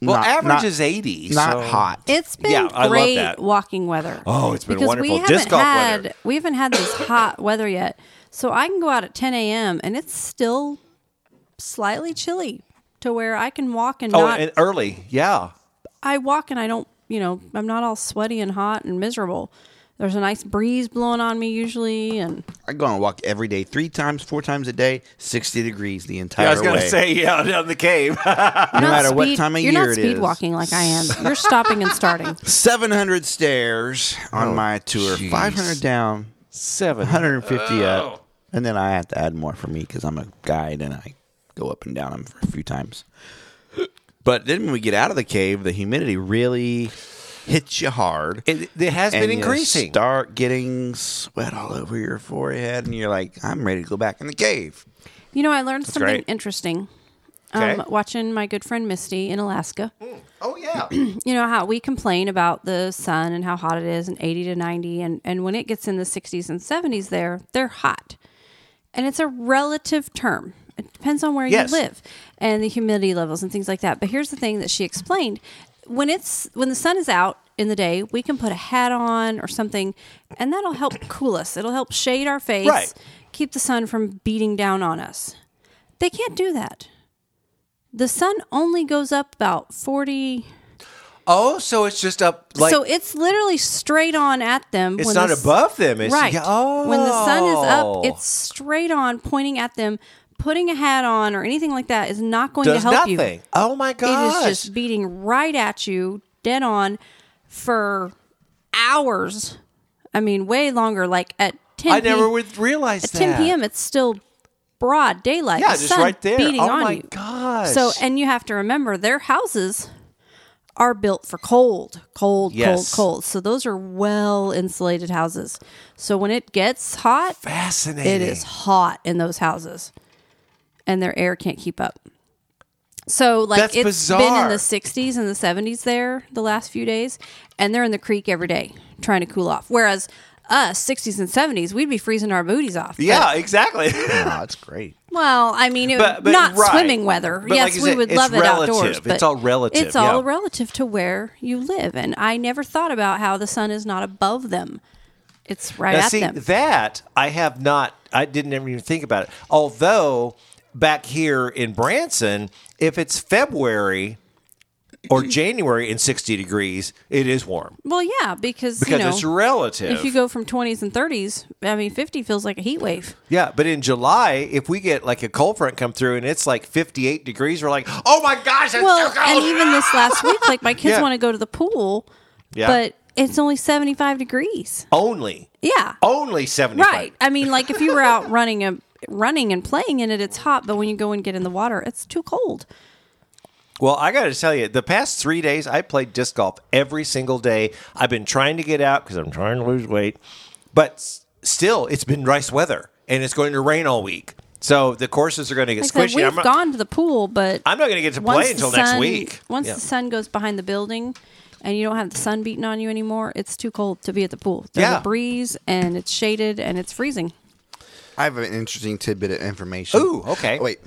S1: Well,
S2: not-
S1: average
S2: not-
S1: is eighty.
S2: not
S1: so-
S2: hot.
S3: It's been
S1: Yeah, I love
S3: great
S1: that.
S3: walking weather.
S1: Oh, it's been
S3: because
S1: wonderful.
S3: We
S1: Disc
S3: haven't
S1: golf
S3: had
S1: weather.
S3: we haven't had this hot
S1: [coughs]
S3: weather yet, so I can go out at 10 a.m. and it's still slightly chilly to where I can walk and
S1: Oh,
S3: not.
S1: and early. Yeah.
S3: I walk and I don't, you know, I'm not all sweaty and hot and miserable. There's a nice breeze blowing on me usually, and
S2: I go on a walk every day, three times, four times a day, sixty degrees the entire
S1: I was gonna
S2: way.
S1: say, yeah, down the cave. [laughs]
S3: no
S2: matter what time of
S3: you're
S2: year
S3: not
S2: it
S3: speed
S2: is.
S3: walking like I am. You're stopping
S1: [laughs]
S3: and starting.
S2: seven hundred stairs on my tour,
S1: Oh, jeez.
S2: five hundred down,
S1: Seven.
S2: one hundred and fifty up, and then I have to add more for me because I'm a guide and I go up and down them for a few times. But then when we get out of the cave, the humidity really hits you hard.
S1: It, it has been
S2: you
S1: increasing.
S2: Start getting sweat all over your forehead, and you're like, "I'm ready to go back in the cave."
S3: You know, I learned something
S1: great.
S3: interesting.
S1: Okay.
S3: Um, watching my good friend Misty in Alaska.
S1: oh yeah. [clears throat]
S3: you know how we complain about the sun and how hot it is and 80 to 90 and, and when it gets in the 60s and 70s there they're hot and it's a relative term it depends on where
S1: Yes.
S3: you live and the humidity levels and things like that but here's the thing that she explained when it's when the sun is out in the day we can put a hat on or something and that'll help cool us it'll help shade our face
S1: Right.
S3: keep the sun from beating down on us they can't do that the sun only goes up about 40
S1: Oh, so it's just up like
S3: so it's literally straight on at them
S1: it's
S3: when
S1: not
S3: the s-
S1: above them. It's
S3: right
S1: yeah, oh.
S3: when the sun is up it's straight on pointing at them putting a hat on or anything like that is not going
S1: does
S3: to help
S1: nothing.
S3: you
S1: Oh my gosh.
S3: it is just beating right at you dead on for hours i mean way longer like at 10
S1: I never
S3: p-
S1: would realize
S3: at
S1: that.
S3: 10 p.m it's still broad daylight
S1: Yeah,
S3: the
S1: just
S3: sun
S1: right there.
S3: beating
S1: oh
S3: on
S1: my
S3: you
S1: gosh.
S3: so and you have to remember their houses are built for cold cold
S1: Yes.
S3: cold cold so those are well insulated houses so when it gets hot
S1: fascinating.
S3: it is hot in those houses and their air can't keep up so like
S1: That's
S3: it's been
S1: bizarre.
S3: in the 60s and the 70s there the last few days and they're in the creek every day trying to cool off whereas us 60s and 70s we'd be freezing our booties off
S1: Yeah, exactly. [laughs]
S2: Wow, it's great.
S3: well, I mean, it,
S1: But- but
S3: not
S1: right.
S3: swimming weather.
S1: But
S3: yes,
S1: like you
S3: we
S1: said,
S3: would
S1: it's
S3: love it
S1: relative.
S3: outdoors. But
S1: It's all relative,
S3: It's all
S1: yeah.
S3: relative to where you live. And I never thought about how the sun is not above them; it's right
S1: Now,
S3: at
S1: see,
S3: them.
S1: that I have not. I didn't ever even think about it. Although back here in Branson, if it's February
S3: [clears throat]
S1: or January and sixty degrees, it is warm
S3: well, yeah, because,
S1: because
S3: you know,
S1: it's relative.
S3: if you go from 20s and 30s, I mean, 50 feels like a heat wave.
S1: yeah, but in July, if we get like a cold front come through and it's like fifty-eight degrees, we're like, oh my gosh, it's
S3: Well,
S1: so cold. [laughs]
S3: and even this last week, like my kids
S1: Yeah.
S3: want to go to the pool,
S1: Yeah.
S3: but it's only 75 degrees.
S1: only,
S3: Yeah.
S1: only Oh, seventy-five.
S3: Right. I mean, like if you were out [laughs] running a running and playing in it, it's hot, but when you go and get in the water, it's too cold.
S1: Well, I got to tell you, the past three days, I played disc golf every single day. I've been trying to get out because I'm trying to lose weight, but s- still, it's been nice weather and it's going to rain all week. So the courses are going to get
S3: Like I
S1: squishy.
S3: said, we've
S1: I'm, not-
S3: gone to the pool, but
S1: I'm not going to get to
S3: once
S1: play
S3: the
S1: until next
S3: sun-
S1: week.
S3: Once
S1: yeah.
S3: the sun goes behind the building and you don't have the sun beating on you anymore, it's too cold to be at the pool. There's
S1: Yeah.
S3: a breeze and it's shaded and it's freezing.
S2: I have an interesting tidbit of information.
S1: Ooh, okay.
S2: Wait,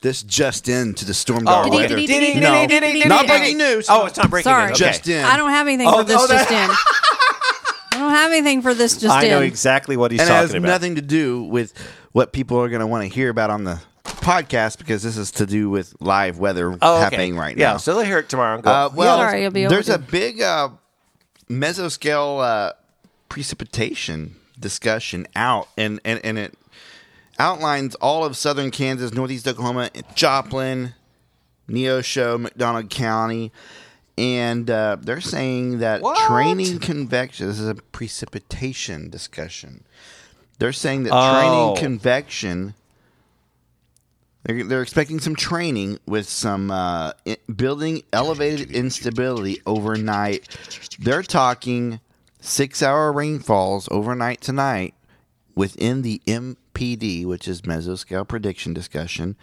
S2: this just in to the storm guard.
S1: Oh, okay.
S2: weather.
S3: Did
S1: Did he- did he-
S3: he-
S2: did
S1: he-
S3: did
S1: did
S2: Not
S1: he-
S2: breaking news.
S1: Oh, it's not breaking
S3: Sorry.
S1: news.
S2: Just in.
S3: I don't have anything
S1: Oh,
S3: for this
S1: oh, that- [laughs]
S3: just in. I don't have anything for this just
S1: I
S3: in.
S1: know exactly what he's
S2: and it has
S1: talking about.
S2: nothing to do with what people are going to want to hear about on the podcast because this is to do with live weather
S1: Oh, okay.
S2: happening right
S1: yeah,
S2: now.
S1: so they'll hear it tomorrow. And go,
S2: uh, well,
S3: Sorry, you'll be
S2: there's a
S3: overdue.
S2: big uh, mesoscale uh, precipitation discussion out, and, and, and it outlines all of southern Kansas, northeast Oklahoma, Joplin, Neosho, McDonough County. And uh, they're saying that
S1: What?
S2: training convection, this is a precipitation discussion. They're saying that
S1: Oh.
S2: training convection. They're, they're expecting some training with some uh, i- building elevated instability overnight. They're talking six hour rainfalls overnight tonight within the MPD, which is mesoscale prediction discussion,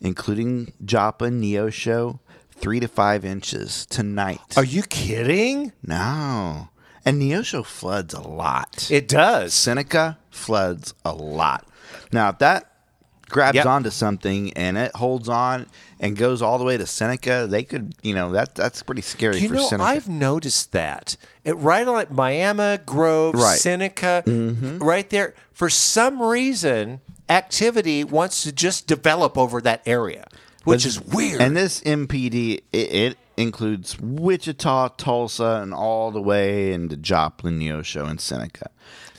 S2: including Joplin, Neosho, three to five inches tonight.
S1: are you kidding?
S2: no. And Neosho floods a lot.
S1: It does.
S2: Seneca floods a lot. Now, if that grabs
S1: Yep.
S2: onto something and it holds on and goes all the way to Seneca, they could, you know, that that's pretty scary
S1: You
S2: for
S1: know,
S2: Seneca.
S1: I've noticed that it, right on like Miami Grove,
S2: Right. Mm-hmm.
S1: Seneca, right there. For some reason, activity wants to just develop over that area, which is weird.
S2: and this MPD, it, it includes Wichita, Tulsa, and all the way into Joplin, Neosho, and Seneca.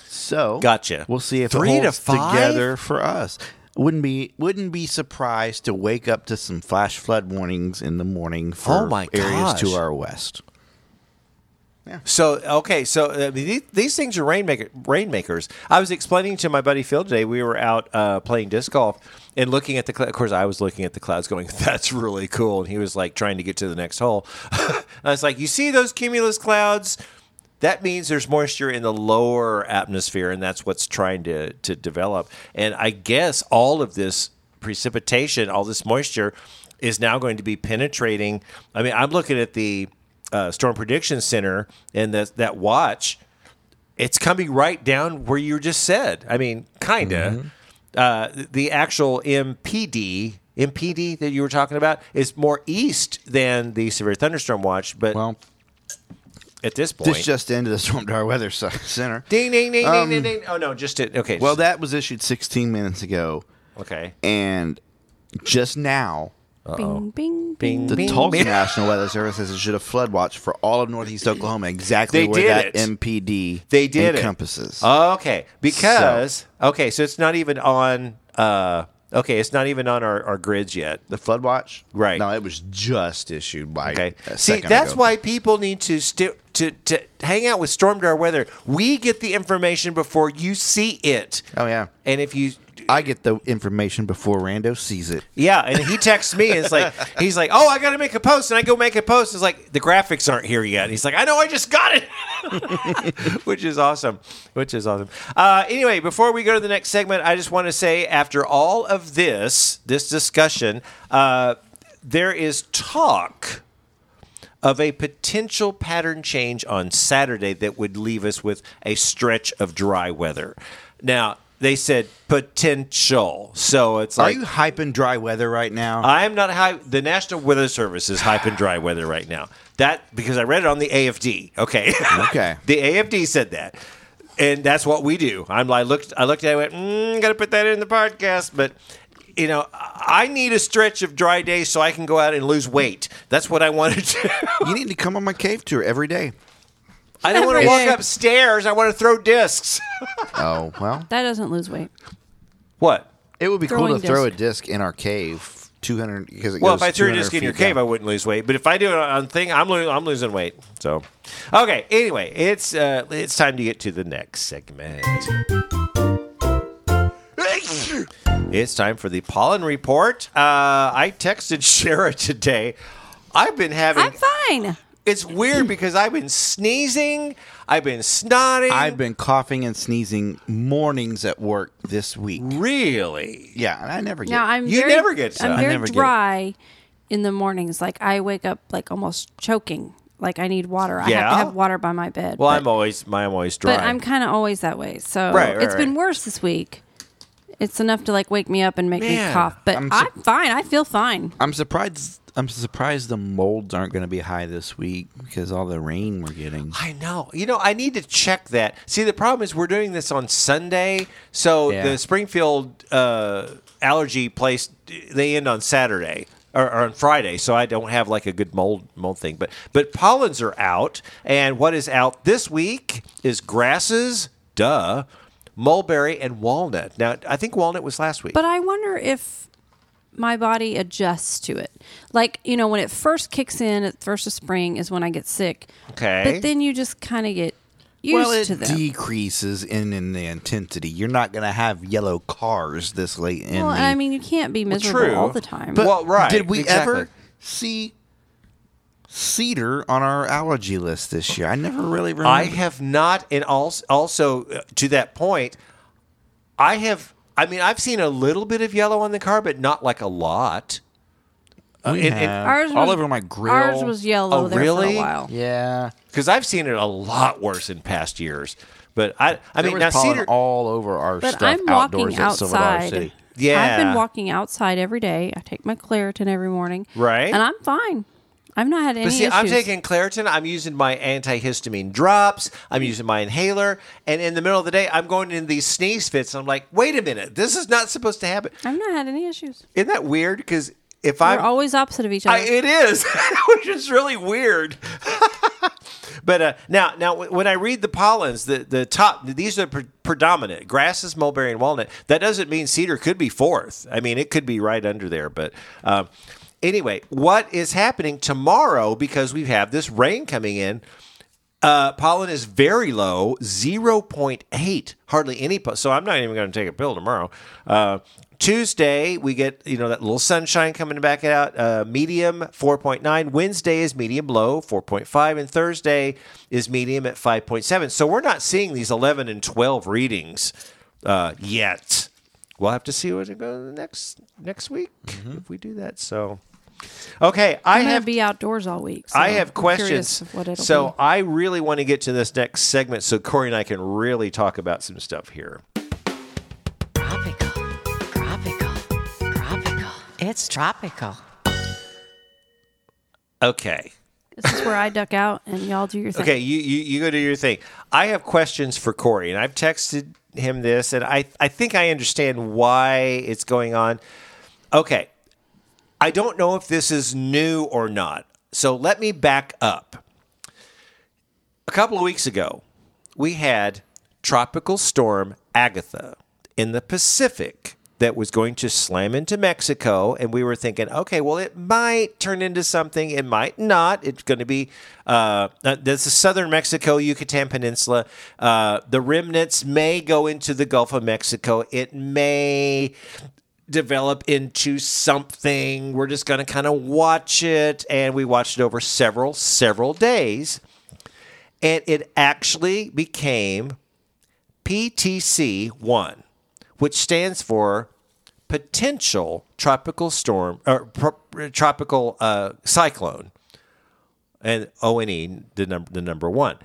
S2: So
S1: Gotcha.
S2: We'll see if
S1: Three
S2: it
S1: to
S2: holds
S1: five?
S2: together for us. Wouldn't be wouldn't be surprised to wake up to some flash flood warnings in the morning for
S1: Oh my
S2: areas
S1: gosh.
S2: to our west.
S1: So okay, so I mean, these, these things are rainmaker, rainmakers. I was explaining to my buddy Phil today. We were out uh, playing disc golf and looking at the. Cl- of course, I was looking at the clouds, going, [laughs] "That's really cool." And he was like trying to get to the next hole. [laughs] I was like, "You see those cumulus clouds? That means there's moisture in the lower atmosphere, and that's what's trying to to develop." And I guess all of this precipitation, all this moisture, is now going to be penetrating. I mean, I'm looking at the uh, Storm Prediction Center and that that watch, it's coming right down where you just said. I mean,
S2: Mm-hmm.
S1: kinda. Uh, the actual MPD MPD that you were talking about is more east than the severe thunderstorm watch, but
S2: Well,
S1: at this point,
S2: this just into the [laughs] Storm Door Weather Cen- Center.
S1: ding ding ding
S2: Um,
S1: ding ding ding. Oh no, just it. Okay.
S2: Well, that was issued 16 minutes ago,
S1: okay.
S2: and just now
S3: Bing, bing,
S1: Bing.
S3: bing.
S2: The Tulsa National Weather Service has issued a flood watch for all of Northeast Oklahoma, exactly
S1: They
S2: where
S1: did
S2: that
S1: it.
S2: MPD
S1: They did it.
S2: encompasses.
S1: [laughs] Okay, because okay, so it's not even on. Uh, okay, it's not even on our, our grids yet.
S2: the flood watch,
S1: Right.
S2: No, it was just issued by.
S1: Okay,
S2: a
S1: see,
S2: second
S1: that's
S2: ago.
S1: why people need to sti- to to hang out with Storm Door Weather. We get the information before you see it.
S2: Oh yeah,
S1: And if you,
S2: I get the information before Rando sees it.
S1: yeah, and he texts me, and it's like he's like, "Oh, I got to make a post," and I go make a post. It's like the graphics aren't here yet. He's like, "I know, I just got it," [laughs] which is awesome, which is awesome. Uh, anyway, before we go to the next segment, I just want to say, after all of this this discussion, uh, there is talk of a potential pattern change on Saturday that would leave us with a stretch of dry weather. Now. They said potential, so it's
S2: Are
S1: like
S2: you hyping dry weather right now?
S1: I am not high. The National Weather Service is hyping dry weather right now. That because I read it on the AFD. Okay.
S2: Okay.
S1: [laughs] the AFD said that, and that's what we do. I'm like, looked. I looked at it. and Went, mm, gotta put that in the podcast, but. You know, I need a stretch of dry days so I can go out and lose weight. That's what I want to do. [laughs]
S2: you need to come on my cave tour every day.
S1: I don't want to
S3: Every
S1: walk
S3: day.
S1: upstairs. I want to throw discs.
S2: Oh well,
S3: That doesn't lose weight.
S1: What?
S2: it would be cool to
S3: Throwing
S2: throw a
S3: disc.
S2: disc in our cave. Two hundred because it
S1: Well,
S2: goes
S1: if I threw a
S2: 200
S1: disc in your
S2: feet down.
S1: cave, I wouldn't lose weight. But if I do it on thing, I'm lo- I'm losing weight. So, okay. Anyway, it's uh, it's time to get to the next segment. It's time for the pollen report. Uh, I texted [laughs] Shara today. I've been having.
S3: I'm fine.
S1: It's weird because I've been sneezing. I've been snotting.
S2: I've been coughing and sneezing mornings at work this week.
S1: really.
S2: Yeah, and I never get.
S3: Now
S2: it.
S3: I'm
S1: You
S3: very,
S1: never get sun.
S3: I'm
S1: I
S3: very
S2: never get it.
S3: dry in the mornings. Like I wake up like almost choking. Like I need water. I have
S1: Yeah?
S3: to have water by my bed.
S1: Well,
S3: but,
S1: I'm always my I'm always dry.
S3: but I'm kind of always that way. So it's
S1: Right, right, right.
S3: been worse this week. It's enough to like wake me up and make
S1: Man,
S3: me cough. But
S2: I'm
S3: I'm,
S2: so-
S3: fine. I feel fine.
S2: I'm surprised. I'm surprised the molds aren't going to be high this week because all the rain we're getting.
S1: I know. You know, I need to check that. See, the problem is we're doing this on Sunday, so
S2: Yeah.
S1: the Springfield uh, allergy place they end on Saturday or, or on Friday, so I don't have like a good mold mold thing. But but pollens are out, and what is out this week is grasses, duh, mulberry, and walnut. Now I think walnut was last week.
S3: But I wonder if my body adjusts to it. Like, you know, when it first kicks in at first of spring is when I get sick.
S1: Okay.
S3: But then you just kind of get used
S2: Well, it
S3: to them.
S2: decreases in in the intensity. You're not going to have yellow cars this late in.
S3: well,
S2: the,
S3: I mean, you can't be miserable
S1: true,
S3: all the time.
S1: but- Well, right,
S2: Did we
S1: exactly.
S2: ever see cedar on our allergy list this year? I never really remember.
S1: I have not, and also, also uh, to that point, I have. I mean, I've seen a little bit of yellow on the car, but not like a lot.
S2: We
S1: it- it-
S2: have.
S3: ours
S2: all
S3: was-
S2: over my grill.
S3: Ours was yellow
S1: Oh,
S3: there
S1: really?
S3: for a while.
S2: Yeah,
S1: Because I've seen it a lot worse in past years. But I, I
S2: there
S1: mean, now
S2: was pollen
S1: cedar.
S2: all over our
S3: But
S2: stuff
S3: I'm
S2: outdoors
S3: walking
S2: at Silverado
S3: outside.
S2: City.
S1: Yeah.
S3: I've been walking outside every day. I take my Claritin every morning.
S1: Right.
S3: And I'm fine. I've not had any
S1: but see,
S3: issues.
S1: I'm taking Claritin. I'm using my antihistamine drops. I'm using my inhaler, and in the middle of the day, I'm going in these sneeze fits. And I'm like, wait a minute, this is not supposed to happen.
S3: I've not had any issues.
S1: Isn't that weird? Because if
S3: We're
S1: I'm
S3: always opposite of each other.
S1: I, it is, [laughs] which is really weird. [laughs] but uh, now, now, wh- when I read the pollens, the the top these are pre- predominant: grasses, mulberry, and walnut. That doesn't mean cedar could be fourth. I mean, it could be right under there. But um, anyway, what is happening tomorrow? Because we have this rain coming in. Uh, pollen is very low, 0.8, hardly any. Po- so I'm not even going to take a pill tomorrow. Uh, Tuesday, we get, you know, that little sunshine coming back out, uh, medium 4.9. Wednesday is medium low, 4.5. And Thursday is medium at 5.7. So we're not seeing these 11 and 12 readings uh, yet. We'll have to see what it goes next next week if we do that. So, okay, I
S3: I'm gonna
S1: have
S3: be outdoors all week. so
S1: I have
S3: I'm
S1: questions.
S3: curious of What it'll
S1: so
S3: be.
S1: I really want to get to this next segment so Corey and I can really talk about some stuff here.
S4: Tropical, tropical, tropical. It's tropical.
S1: Okay.
S3: this is where I duck out and y'all do your thing.
S1: Okay, you, you, you go do your thing. I have questions for Corey, and I've texted him this, and I, I think I understand why it's going on. Okay. I don't know if this is new or not. So let me back up. A couple of weeks ago, we had Tropical Storm Agatha in the Pacific that was going to slam into Mexico. And we were thinking, okay, well, it might turn into something. It might not. It's going to be, uh, uh, this is southern Mexico, Yucatan Peninsula. Uh, the remnants may go into the Gulf of Mexico. It may develop into something. We're just going to kind of watch it. And we watched it over several, several days. And it actually became PTC 1, which stands for Potential Tropical Storm or Pro- Tropical uh, Cyclone. And ONE, the, num- the number one.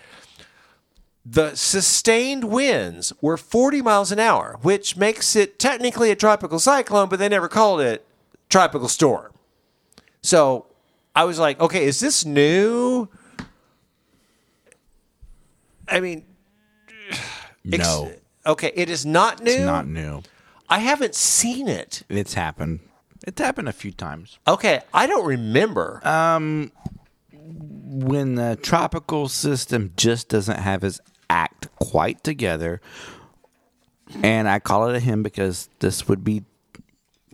S1: The sustained winds were 40 miles an hour, which makes it technically a tropical cyclone, but they never called it tropical storm. So I was like, okay, is this new? I mean, ex-
S2: No,
S1: Okay, it is not new.
S2: it's not new.
S1: I haven't seen it.
S2: It's happened. It's happened a few times.
S1: Okay, I don't remember.
S2: Uh, when the tropical system just doesn't have his act quite together, and I call it a him because this would be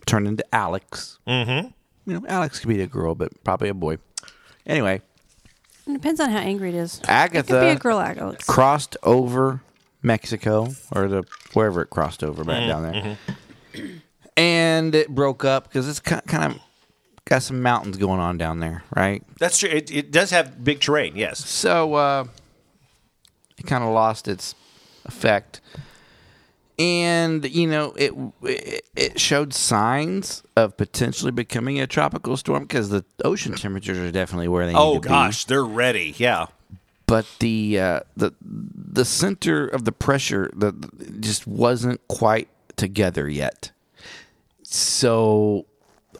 S2: turned into Alex. Mm-hmm. You know, Alex could be a girl, but probably a boy. Anyway,
S3: It depends on how angry it is. It
S2: Agatha
S3: could be a girl, Alex.
S2: crossed over Mexico or the wherever it crossed over back
S1: Mm-hmm.
S2: down there, and it broke up because it's kind kind of got some mountains going on down there, right?
S1: That's true. It, it does have big terrain, yes.
S2: So uh, it kind of lost its effect, and you know it it, it showed signs of potentially becoming a tropical storm because the ocean temperatures are definitely where they need
S1: Oh
S2: to be.
S1: gosh, they're ready. Yeah.
S2: But the uh, the the center of the pressure the, the- just wasn't quite together yet. So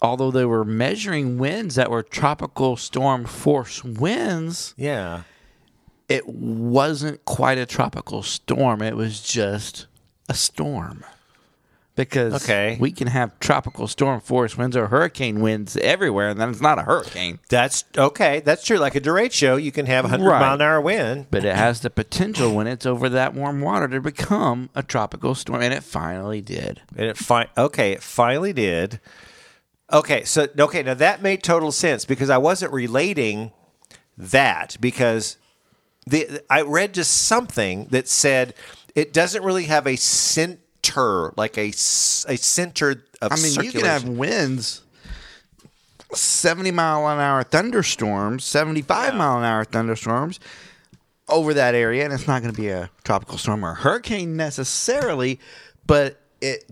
S2: although they were measuring winds that were tropical storm force winds
S1: Yeah.
S2: it wasn't quite a tropical storm. It was just a storm. Because
S1: Okay.
S2: we can have tropical storm force winds or hurricane winds everywhere, and then it's not a hurricane.
S1: That's okay. That's true. Like a derecho, you can have a 100
S2: Right.
S1: mile an hour wind.
S2: But it has the potential when it's over that warm water to become a tropical storm, and it finally did.
S1: And it fi- okay, it finally did. Okay, so okay, now that made total sense because I wasn't relating that because the I read just something that said it doesn't really have a center like a s- a center of
S2: I mean, you can
S1: circulation.
S2: have winds, 70 mile an hour thunderstorms, 75 mile an hour thunderstorms over that area, and it's not going to be a tropical storm or a hurricane necessarily, but it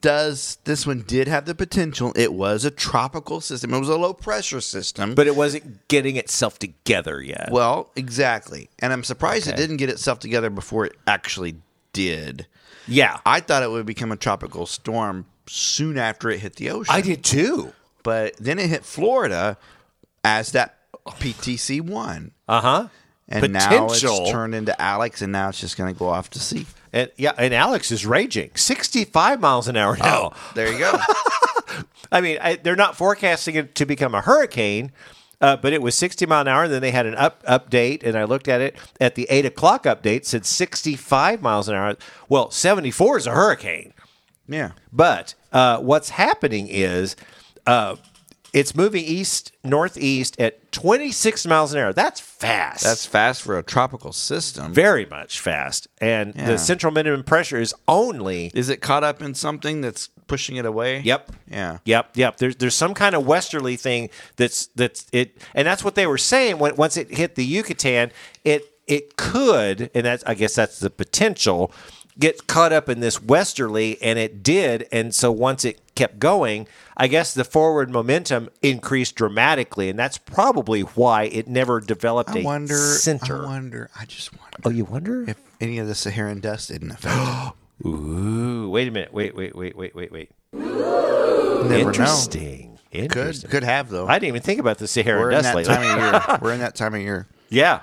S2: does. This one did have the potential. It was a tropical system, it was a low pressure system.
S1: but it wasn't getting itself together yet.
S2: well, exactly. And I'm surprised it
S1: Okay.
S2: didn't get itself together before it actually did.
S1: yeah.
S2: I thought it would become a tropical storm soon after it hit the ocean.
S1: I did too.
S2: but then it hit Florida as that PTC one,
S1: Uh huh.
S2: and now
S1: Potential.
S2: it's turned into Alex, and now it's just going to go off to sea.
S1: And yeah, and Alex is raging. Sixty-five miles an
S2: Oh,
S1: hour now.
S2: There
S1: [laughs]
S2: you go.
S1: I mean, I, they're not forecasting it to become a hurricane, uh, but it was sixty mile an hour. And then they had an up update, and I looked at it at the eight o'clock update. Said sixty-five miles an hour. Well, seventy-four is a hurricane.
S2: yeah,
S1: But uh, what's happening is uh, it's moving east northeast at twenty-six miles an hour. That's fast.
S2: that's fast for a tropical system.
S1: very much fast, and
S2: Yeah.
S1: the central minimum pressure is only
S2: Is it caught up in something that's pushing it away?
S1: Yep.
S2: Yeah.
S1: Yep. Yep. There's there's some kind of westerly thing that's that's it, and that's what they were saying when once it hit the Yucatan, it it could, and that's I guess that's the potential, get caught up in this westerly, and it did, and so once it kept going, I guess the forward momentum increased dramatically, and that's probably why it never developed
S2: I
S1: a
S2: wonder.
S1: center.
S2: I wonder. I just wonder
S1: oh, you wonder?
S2: if any of the Saharan dust didn't affect.
S1: Ooh, wait a minute. Wait, wait, wait, wait, wait, wait.
S2: it. Never know.
S1: Interesting. Interesting.
S2: Could could have though.
S1: I didn't even think about the Sahara
S2: We're in
S1: dust
S2: that
S1: lately.
S2: time of
S1: [laughs]
S2: year. We're in that time of year.
S1: Yeah.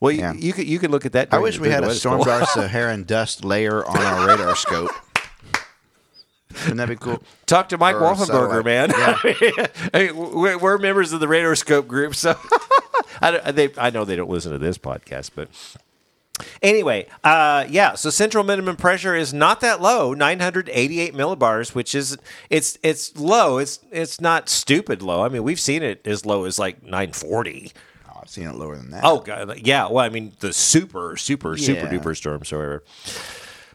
S1: Well, you,
S2: Yeah.
S1: you could you could look at that.
S2: I
S1: during
S2: wish
S1: the-
S2: we had
S1: during
S2: a
S1: the weather
S2: Stormgar Saharan dust layer on our radar scope. Wouldn't that be cool?
S1: Talk to Mike
S2: Or a
S1: Wolfenberger,
S2: satellite.
S1: man. [laughs] Hey, we're, we're members of the Radarscope group, so [laughs] I, don't- they, I know they don't listen to this podcast, but anyway, uh, yeah. So central minimum pressure is not that low, 988 millibars, which is it's it's low. It's it's not stupid low. I mean, we've seen it as low as like 940.
S2: Oh, I've seen it lower than that.
S1: Oh god, yeah. Well, I mean, the super super super
S2: Yeah.
S1: duper storms, however.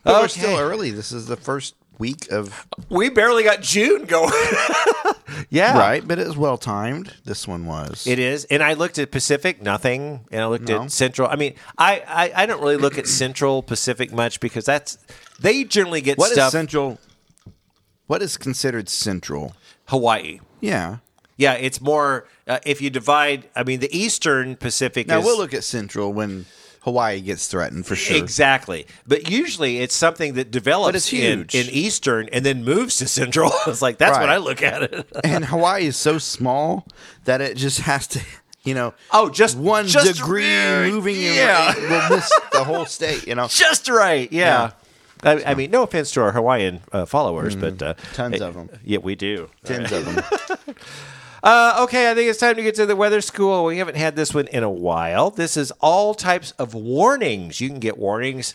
S2: But
S1: okay.
S2: we're Oh, still early. This is the first week of
S1: We barely got June going. [laughs] yeah.
S2: right, but it was well timed. This one was.
S1: It is, and I looked at Pacific, nothing, and I looked
S2: No.
S1: at Central. I mean, I, I I don't really look at Central Pacific much because that's they generally get
S2: What is
S1: stuff
S2: central? What is considered central?
S1: Hawaii.
S2: Yeah.
S1: Yeah, it's more uh, if you divide. I mean, the Eastern Pacific.
S2: Now
S1: is,
S2: we'll look at central when Hawaii gets threatened for sure.
S1: exactly, but usually it's something that develops
S2: it's
S1: in,
S2: huge.
S1: in Eastern and then moves to Central. [laughs] it's like that's what
S2: Right.
S1: I look at it. [laughs]
S2: And Hawaii is so small that it just has to, you know,
S1: Oh, just-
S2: one
S1: just-
S2: degree
S1: yeah,
S2: moving,
S1: yeah.
S2: yeah, will miss the whole
S1: [laughs]
S2: state. You know,
S1: just right. Yeah. I, I mean, no offense to our Hawaiian uh, followers, but uh,
S2: Mm-hmm. Tons of 'em.
S1: Yeah, we do.
S2: tens of them.
S1: Uh, okay, I think it's time to get to the weather school. We haven't had this one in a while. This is all types of warnings. You can get warnings.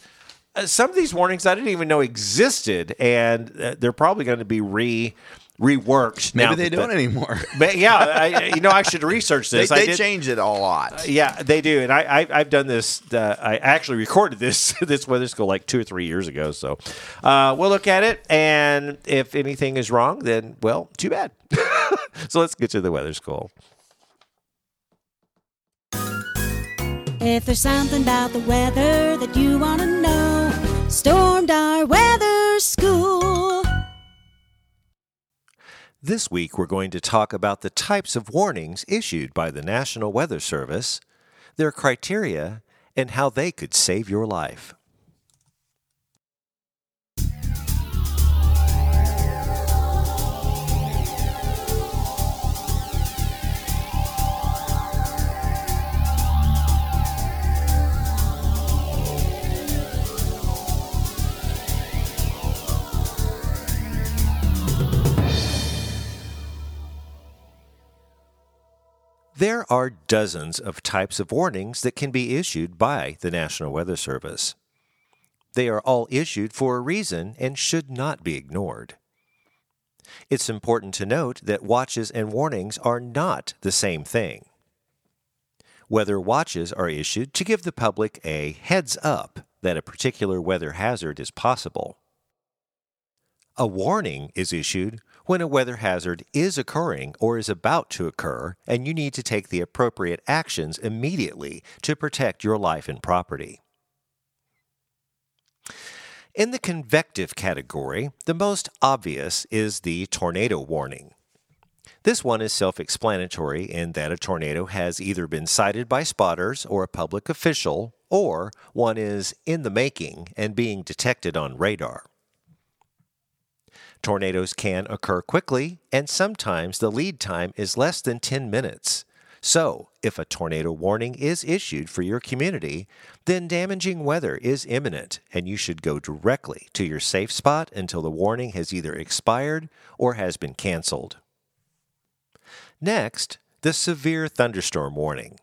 S1: Uh, some of these warnings I didn't even know existed, and uh, they're probably going to be re reworked.
S2: Maybe
S1: now
S2: they
S1: that
S2: don't
S1: the- [laughs]
S2: anymore.
S1: But yeah, I, you know, I should research
S2: [laughs] They,
S1: this. I
S2: they
S1: did-
S2: change it a lot.
S1: Yeah, they do, and I, I I've done this. Uh, I actually recorded this [laughs] this weather school like two or three years ago. So uh, we'll look at it, and if anything is wrong, then well, too bad. [laughs] so let's get to the weather school.
S5: If there's something about the weather that you want to know, stormed our weather school.
S1: This week, we're going to talk about the types of warnings issued by the National Weather Service, their criteria, and how they could save your life. There are dozens of types of warnings that can be issued by the National Weather Service. They are all issued for a reason and should not be ignored. It's important to note that watches and warnings are not the same thing. Weather watches are issued to give the public a heads up that a particular weather hazard is possible. A warning is issued when a weather hazard is occurring or is about to occur, and you need to take the appropriate actions immediately to protect your life and property. In the convective category, the most obvious is the tornado warning. This one is self explanatory in that a tornado has either been sighted by spotters or a public official, or one is in the making and being detected on radar. Tornadoes can occur quickly, and sometimes the lead time is less than 10 minutes. So, if a tornado warning is issued for your community, then damaging weather is imminent, and you should go directly to your safe spot until the warning has either expired or has been canceled. Next, the severe thunderstorm warning.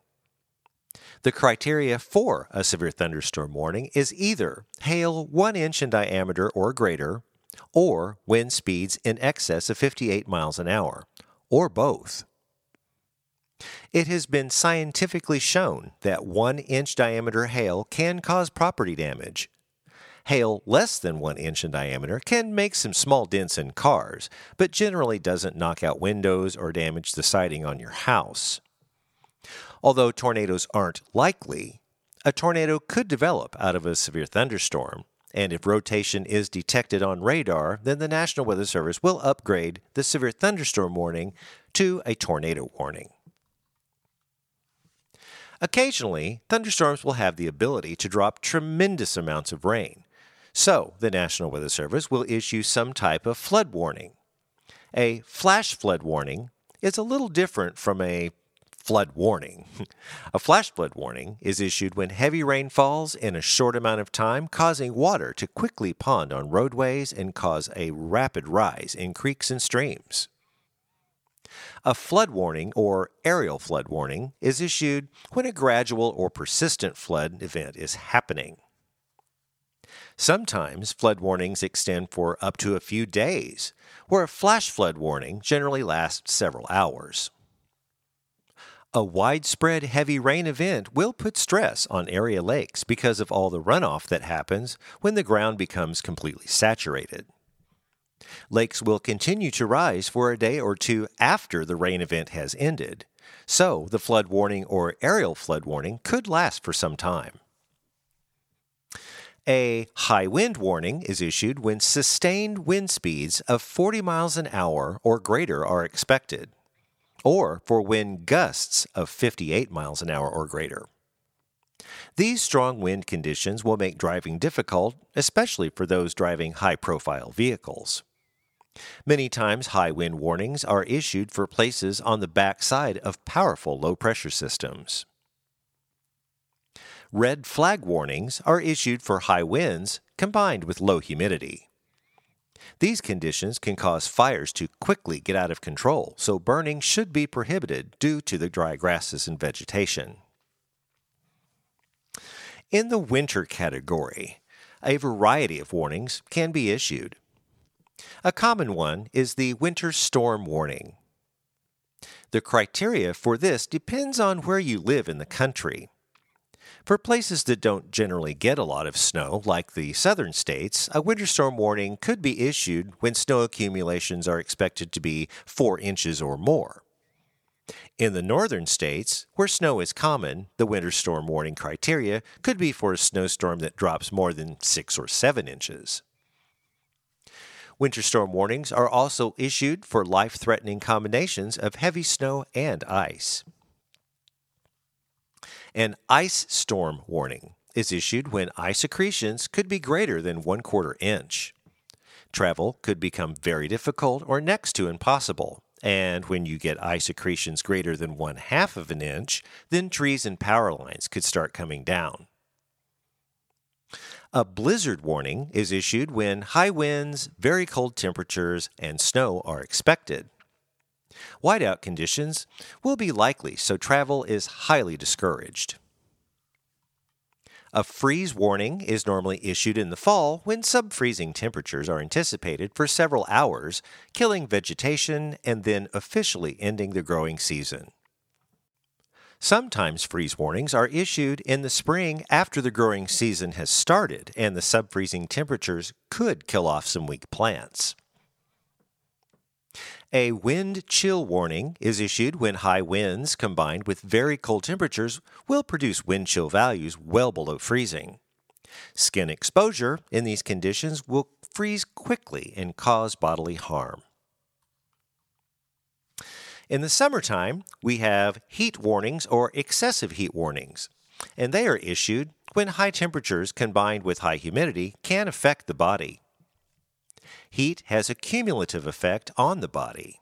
S1: The criteria for a severe thunderstorm warning is either hail 1 inch in diameter or greater, or wind speeds in excess of 58 miles an hour, or both. It has been scientifically shown that 1 inch diameter hail can cause property damage. Hail less than 1 inch in diameter can make some small dents in cars, but generally doesn't knock out windows or damage the siding on your house. Although tornadoes aren't likely, a tornado could develop out of a severe thunderstorm. And if rotation is detected on radar, then the National Weather Service will upgrade the severe thunderstorm warning to a tornado warning. Occasionally, thunderstorms will have the ability to drop tremendous amounts of rain. So, the National Weather Service will issue some type of flood warning. A flash flood warning is a little different from a flood warning. [laughs] a flash flood warning is issued when heavy rain falls in a short amount of time, causing water to quickly pond on roadways and cause a rapid rise in creeks and streams. A flood warning or aerial flood warning is issued when a gradual or persistent flood event is happening. Sometimes flood warnings extend for up to a few days, where a flash flood warning generally lasts several hours. A widespread heavy rain event will put stress on area lakes because of all the runoff that happens when the ground becomes completely saturated. Lakes will continue to rise for a day or two after the rain event has ended, so the flood warning or aerial flood warning could last for some time. A high wind warning is issued when sustained wind speeds of 40 miles an hour or greater are expected, or for wind gusts of 58 miles an hour or greater. These strong wind conditions will make driving difficult, especially for those driving high profile vehicles. Many times, high wind warnings are issued for places on the backside of powerful low pressure systems. Red flag warnings are issued for high winds combined with low humidity. These conditions can cause fires to quickly get out of control, so burning should be prohibited due to the dry grasses and vegetation. In the winter category, a variety of warnings can be issued. A common one is the winter storm warning. The criteria for this depends on where you live in the country. For places that don't generally get a lot of snow, like the southern states, a winter storm warning could be issued when snow accumulations are expected to be 4 inches or more. In the northern states, where snow is common, the winter storm warning criteria could be for a snowstorm that drops more than 6 or 7 inches. Winter storm warnings are also issued for life threatening combinations of heavy snow and ice. An ice storm warning is issued when ice accretions could be greater than one quarter inch. Travel could become very difficult or next to impossible. And when you get ice accretions greater than one half of an inch, then trees and power lines could start coming down. A blizzard warning is issued when high winds, very cold temperatures, and snow are expected. Whiteout conditions will be likely, so travel is highly discouraged. A freeze warning is normally issued in the fall when sub freezing temperatures are anticipated for several hours, killing vegetation and then officially ending the growing season. Sometimes freeze warnings are issued in the spring after the growing season has started and the sub freezing temperatures could kill off some weak plants. A wind chill warning is issued when high winds combined with very cold temperatures will produce wind chill values well below freezing. Skin exposure in these conditions will freeze quickly and cause bodily harm. In the summertime, we have heat warnings or excessive heat warnings, and they are issued when high temperatures combined with high humidity can affect the body. Heat has a cumulative effect on the body.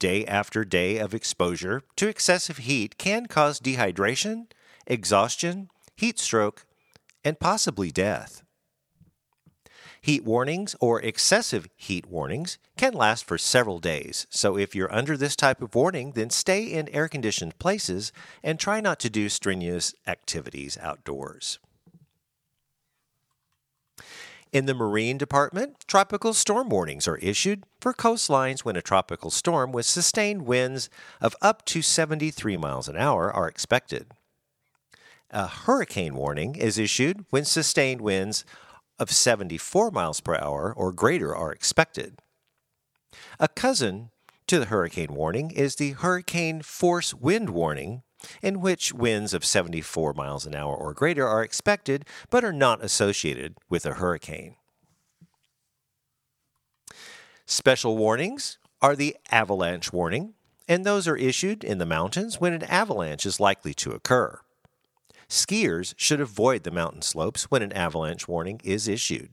S1: Day after day of exposure to excessive heat can cause dehydration, exhaustion, heat stroke, and possibly death. Heat warnings or excessive heat warnings can last for several days, so if you're under this type of warning, then stay in air conditioned places and try not to do strenuous activities outdoors. In the Marine Department, tropical storm warnings are issued for coastlines when a tropical storm with sustained winds of up to 73 miles an hour are expected. A hurricane warning is issued when sustained winds of 74 miles per hour or greater are expected. A cousin to the hurricane warning is the hurricane force wind warning, in which winds of 74 miles an hour or greater are expected but are not associated with a hurricane. Special warnings are the avalanche warning, and those are issued in the mountains when an avalanche is likely to occur. Skiers should avoid the mountain slopes when an avalanche warning is issued.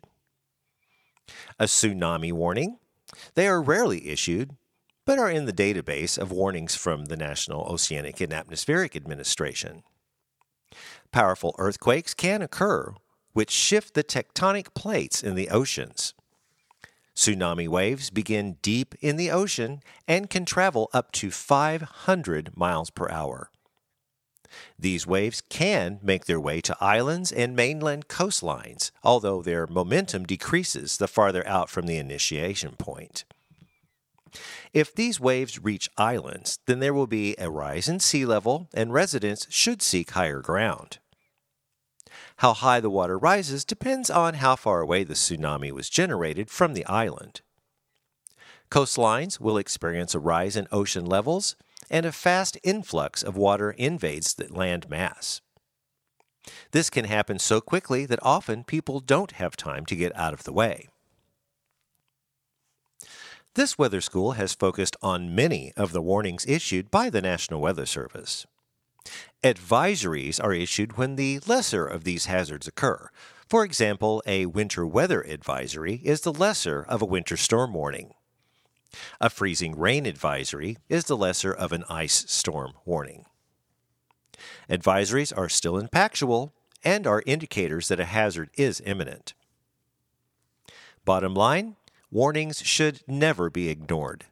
S1: A tsunami warning. They are rarely issued, but are in the database of warnings from the National Oceanic and Atmospheric Administration. Powerful earthquakes can occur, which shift the tectonic plates in the oceans. Tsunami waves begin deep in the ocean and can travel up to 500 miles per hour. These waves can make their way to islands and mainland coastlines, although their momentum decreases the farther out from the initiation point. If these waves reach islands, then there will be a rise in sea level and residents should seek higher ground. How high the water rises depends on how far away the tsunami was generated from the island. Coastlines will experience a rise in ocean levels and a fast influx of water invades the land mass. This can happen so quickly that often people don't have time to get out of the way. This weather school has focused on many of the warnings issued by the National Weather Service. Advisories are issued when the lesser of these hazards occur. For example, a winter weather advisory is the lesser of a winter storm warning. A freezing rain advisory is the lesser of an ice storm warning. Advisories are still impactual and are indicators that a hazard is imminent. Bottom line warnings should never be ignored.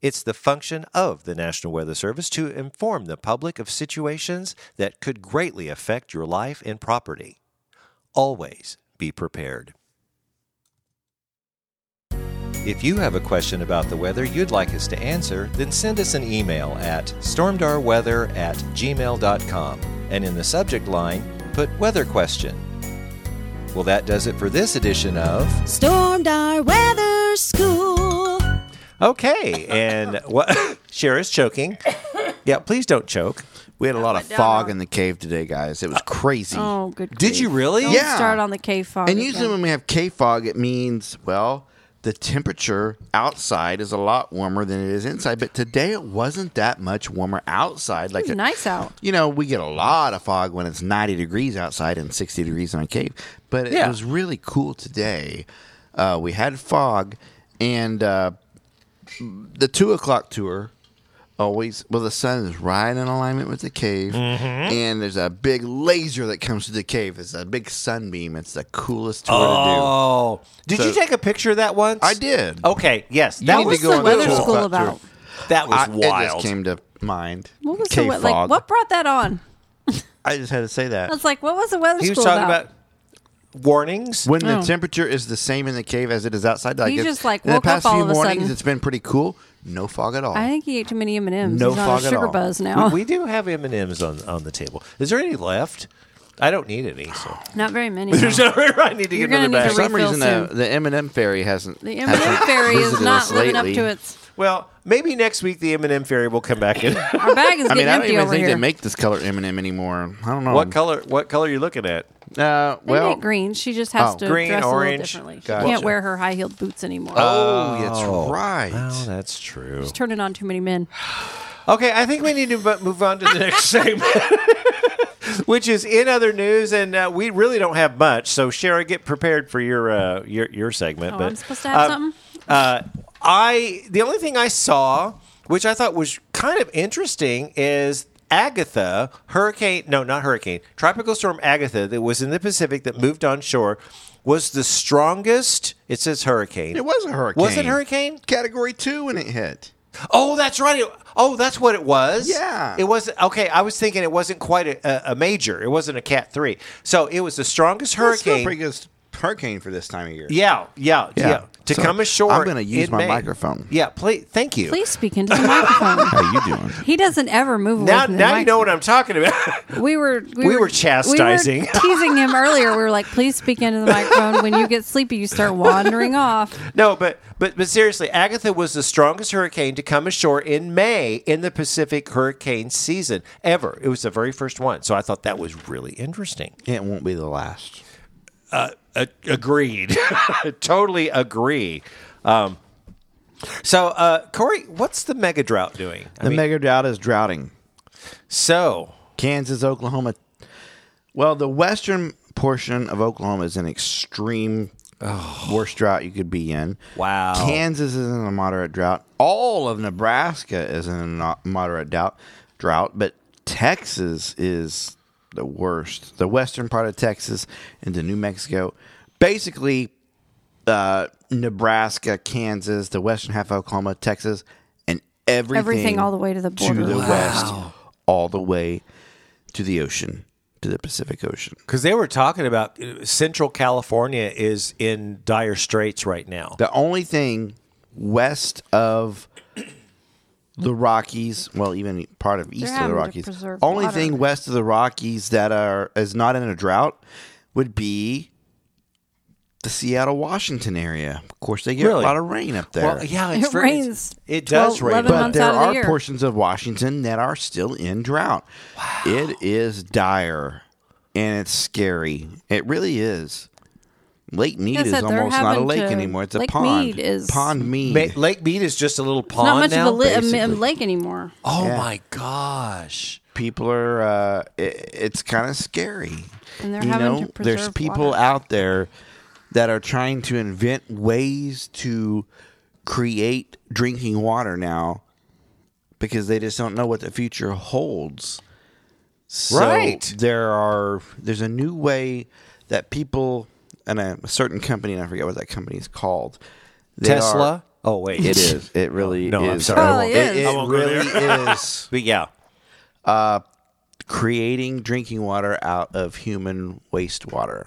S1: It's the function of the National Weather Service to inform the public of situations that could greatly affect your life and property. Always be prepared. If you have a question about the weather you'd like us to answer, then send us an email at stormdarweather at gmail.com and in the subject line, put weather question. Well, that does it for this edition of.
S5: Stormed our weather school.
S1: Okay, and
S2: [laughs]
S1: what? [laughs] Shara's choking. Yeah, please don't choke.
S2: We had a lot of fog in the cave today, guys. It was crazy.
S3: Oh, good.
S1: Did you really?
S3: Don't
S2: Yeah.
S3: Start on the K fog.
S2: And usually when we have K fog, it means, well, the temperature outside is a lot warmer than it is inside. But today it wasn't that much warmer outside. Like
S3: it's
S2: it-
S3: nice out.
S2: You know, we get a lot of fog when it's 90 degrees outside and 60 degrees in a cave. But it
S1: Yeah.
S2: was really cool today. Uh, we had fog, and uh, the two o'clock tour always, well, the sun is right in alignment with the cave, and there's a big laser that comes to the cave. It's a big sunbeam. It's the coolest tour to do.
S1: Oh, did you
S2: So-
S1: take a picture of that once?
S2: I did.
S1: Okay, yes,
S2: You
S1: that
S2: need to
S1: was
S2: go on
S1: the
S2: the
S1: weather
S2: tour.
S1: school.
S3: school
S2: Thought through.
S3: about?
S1: That was
S2: I-
S1: wild.
S2: It just came to mind.
S3: What was
S2: Cave
S3: the what? Like
S2: fog.
S3: what brought that on?
S2: I just had to say that.
S3: I was like, what was the weather
S1: he was
S3: school
S1: talking
S3: about?
S1: about warnings.
S2: When the
S3: Oh.
S2: temperature is the same in the cave as it is outside, like
S3: He
S2: it's-
S3: just, like,
S2: in the
S3: woke up
S2: past
S3: all
S2: few
S3: of a
S2: mornings,
S3: sudden.
S2: it's been pretty cool. No fog at all.
S3: I think he ate too many M and M's.
S2: No
S3: He's on a
S2: fog at
S3: sugar
S2: all.
S3: buzz now.
S1: We do have M and M's on on the table. Is there any left? I don't need any. So
S3: [laughs] Not very many.
S1: [gasps] there's no. [laughs] I need to
S3: You're
S1: get another
S3: gonna need
S1: bag.
S3: to
S2: For some
S3: refill
S2: reason, the,
S3: soon.
S2: the M&M fairy hasn't.
S3: The M and
S2: hasn't [laughs]
S3: M fairy is
S2: visited
S3: not
S2: us
S3: living up
S2: lately.
S3: to its.
S1: well, maybe next week the M and M fairy will come back [laughs] in.
S3: Our bag is
S2: [laughs] I
S3: getting
S2: mean, I don't
S3: empty
S2: even
S3: over
S2: think
S3: here.
S2: they make this color M&M anymore. I don't know.
S1: what color? What color are you looking at?
S2: Uh,
S3: They
S2: well,
S3: make green. She just has
S2: Oh.
S3: to
S1: Green,
S3: dress a
S1: orange.
S3: little differently. She
S1: Gotcha.
S3: can't wear her high heeled boots anymore.
S2: Oh, that's right.
S1: Oh, that's true.
S3: Turning on too many
S2: [sighs]
S3: men.
S1: Okay, I think we need to bu- move on to the [laughs] next segment, which is in other news, and uh, we really don't have much. So, Shara, get prepared for your uh, your your segment.
S3: Oh,
S1: but
S3: I'm supposed to have
S1: uh,
S3: something.
S1: uh, I the only thing I saw, which I thought was kind of interesting, is Agatha Hurricane. No, not Hurricane. Tropical storm Agatha that was in the Pacific that moved on shore was the strongest. It says hurricane.
S2: It was a hurricane.
S1: Was it hurricane?
S2: Category 2 when it hit.
S1: Oh, that's right. It- oh, that's what it was.
S2: Yeah.
S1: It was okay. I was thinking it wasn't quite a, a- a major. It wasn't a Cat three. So it was the strongest
S2: That's still a
S1: hurricane.
S2: pretty good s- hurricane for this time of year.
S1: yeah, yeah, yeah, To
S2: So,
S1: come ashore.
S2: I'm gonna use
S1: in
S2: my
S1: May.
S2: microphone.
S1: Yeah, please. Thank you.
S3: Please speak
S2: [laughs]
S3: into the microphone.
S2: How you doing?
S3: He doesn't ever move away
S1: Now,
S3: from the
S1: now you
S3: mic.
S1: know what I'm talking about. [laughs]
S3: we were
S1: we were chastising.
S3: we were teasing him earlier. We were like, "Please speak into the microphone. When you get sleepy, you start wandering off."
S1: no, but but but seriously, Agatha was the strongest hurricane to come ashore in May in the Pacific hurricane season ever. It was the very first one. So I thought that was really interesting.
S2: It won't be the last.
S1: A- agreed. [laughs] totally agree. Um, so, uh, Corey, what's the mega drought doing? I
S2: The
S1: mean,
S2: mega drought is droughting.
S1: so,
S2: Kansas, Oklahoma. Well, the western portion of Oklahoma is in extreme Worst drought you could be in.
S1: Wow.
S2: Kansas is in a moderate drought. All of Nebraska is in a no- moderate drought. Drought, but Texas is the worst. The western part of Texas into New Mexico, basically uh, Nebraska, Kansas, the western half of Oklahoma, Texas, and everything
S3: Everything all the way to the border.
S2: to the west, all the way to the ocean, to the Pacific Ocean.
S1: Because they were talking about uh, Central California is in dire straits right now.
S2: The only thing west of the Rockies, well, even part of east of
S3: having
S2: the
S3: to
S2: Rockies,
S3: preserve
S2: only
S3: water.
S2: thing west of the Rockies that are is not in a drought would be the Seattle, Washington area. Of course, they get
S1: Really?
S2: a lot of rain up there.
S1: Well, yeah, it's
S3: It
S1: very- it's-
S3: rains
S1: It does
S3: 12,
S1: rain.
S3: 11
S1: But
S2: But
S3: months
S2: there
S3: out of the
S2: are
S3: year.
S2: portions of Washington that are still in drought. It is dire and it's scary. It really is. Lake Mead
S3: I
S2: is
S3: said, they're
S2: almost not a
S3: having
S2: lake
S3: to-
S2: anymore. It's a
S3: Lake
S2: pond.
S3: Mead is-
S2: pond Mead.
S1: Ma- Lake Mead is just a little
S3: It's
S1: pond
S3: not much
S1: now.
S3: of a, li- a mi- a
S2: basically.
S3: lake anymore.
S1: oh
S2: Yeah.
S1: my gosh!
S2: people are uh, it, it's kind of scary
S3: And they're
S2: you
S3: having
S2: know
S3: to preserve
S2: there's people
S3: water.
S2: out there that are trying to invent ways to create drinking water now because they just don't know what the future holds So
S1: Right.
S2: there are there's a new way that people and a, a certain company and i forget what that company is called they are-
S1: Tesla. oh wait,
S2: it is it really
S1: No,
S2: is
S1: I'm sorry. I
S3: Probably won't-
S2: it,
S3: is. I
S2: it
S1: won't go
S2: really is
S1: [laughs] [laughs] But yeah,
S2: creating drinking water out of human wastewater.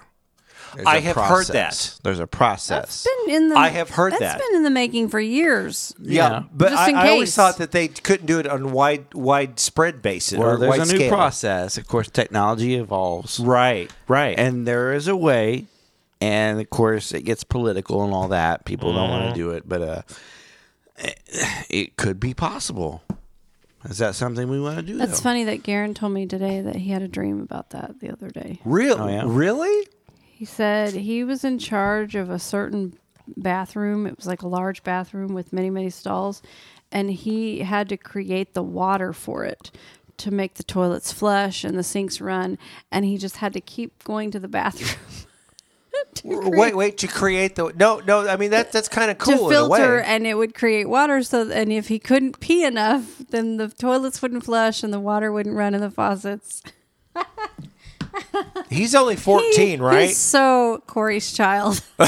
S2: There's
S1: I
S2: a
S1: have heard
S2: process.
S1: that.
S2: There's a process.
S3: Been in the,
S1: I have heard that.
S3: That's been in the making for years.
S1: yeah. But
S3: Just
S1: I,
S3: in
S1: I always
S3: case.
S1: thought that they couldn't do it on wide widespread basis
S2: Well,
S1: or
S2: Oh, there's
S1: wide
S2: a new
S1: scale.
S2: process. Of course, technology evolves.
S1: Right, right,
S2: And there is a way, and of course, it gets political and all that. People don't want to do it, but uh, it, it could be possible. Is that something we want to do?
S3: That's
S2: though?
S3: funny that Garen told me today that he had a dream about that the other day.
S1: Real,
S2: Oh, yeah.
S1: really.
S3: He said he was in charge of a certain bathroom. It was like a large bathroom with many, many stalls. And he had to create the water for it to make the toilets flush and the sinks run. And he just had to keep going to the bathroom. [laughs] to create-
S1: Wait, wait to create the no, no. I mean that that's kind of cool
S3: to
S1: in a
S3: filter
S1: way.
S3: and it would create water so and if he couldn't pee enough then the toilets wouldn't flush and the water wouldn't run in the faucets [laughs]
S1: He's only
S3: He-
S1: fourteen, right?
S3: he's so corey's child [laughs]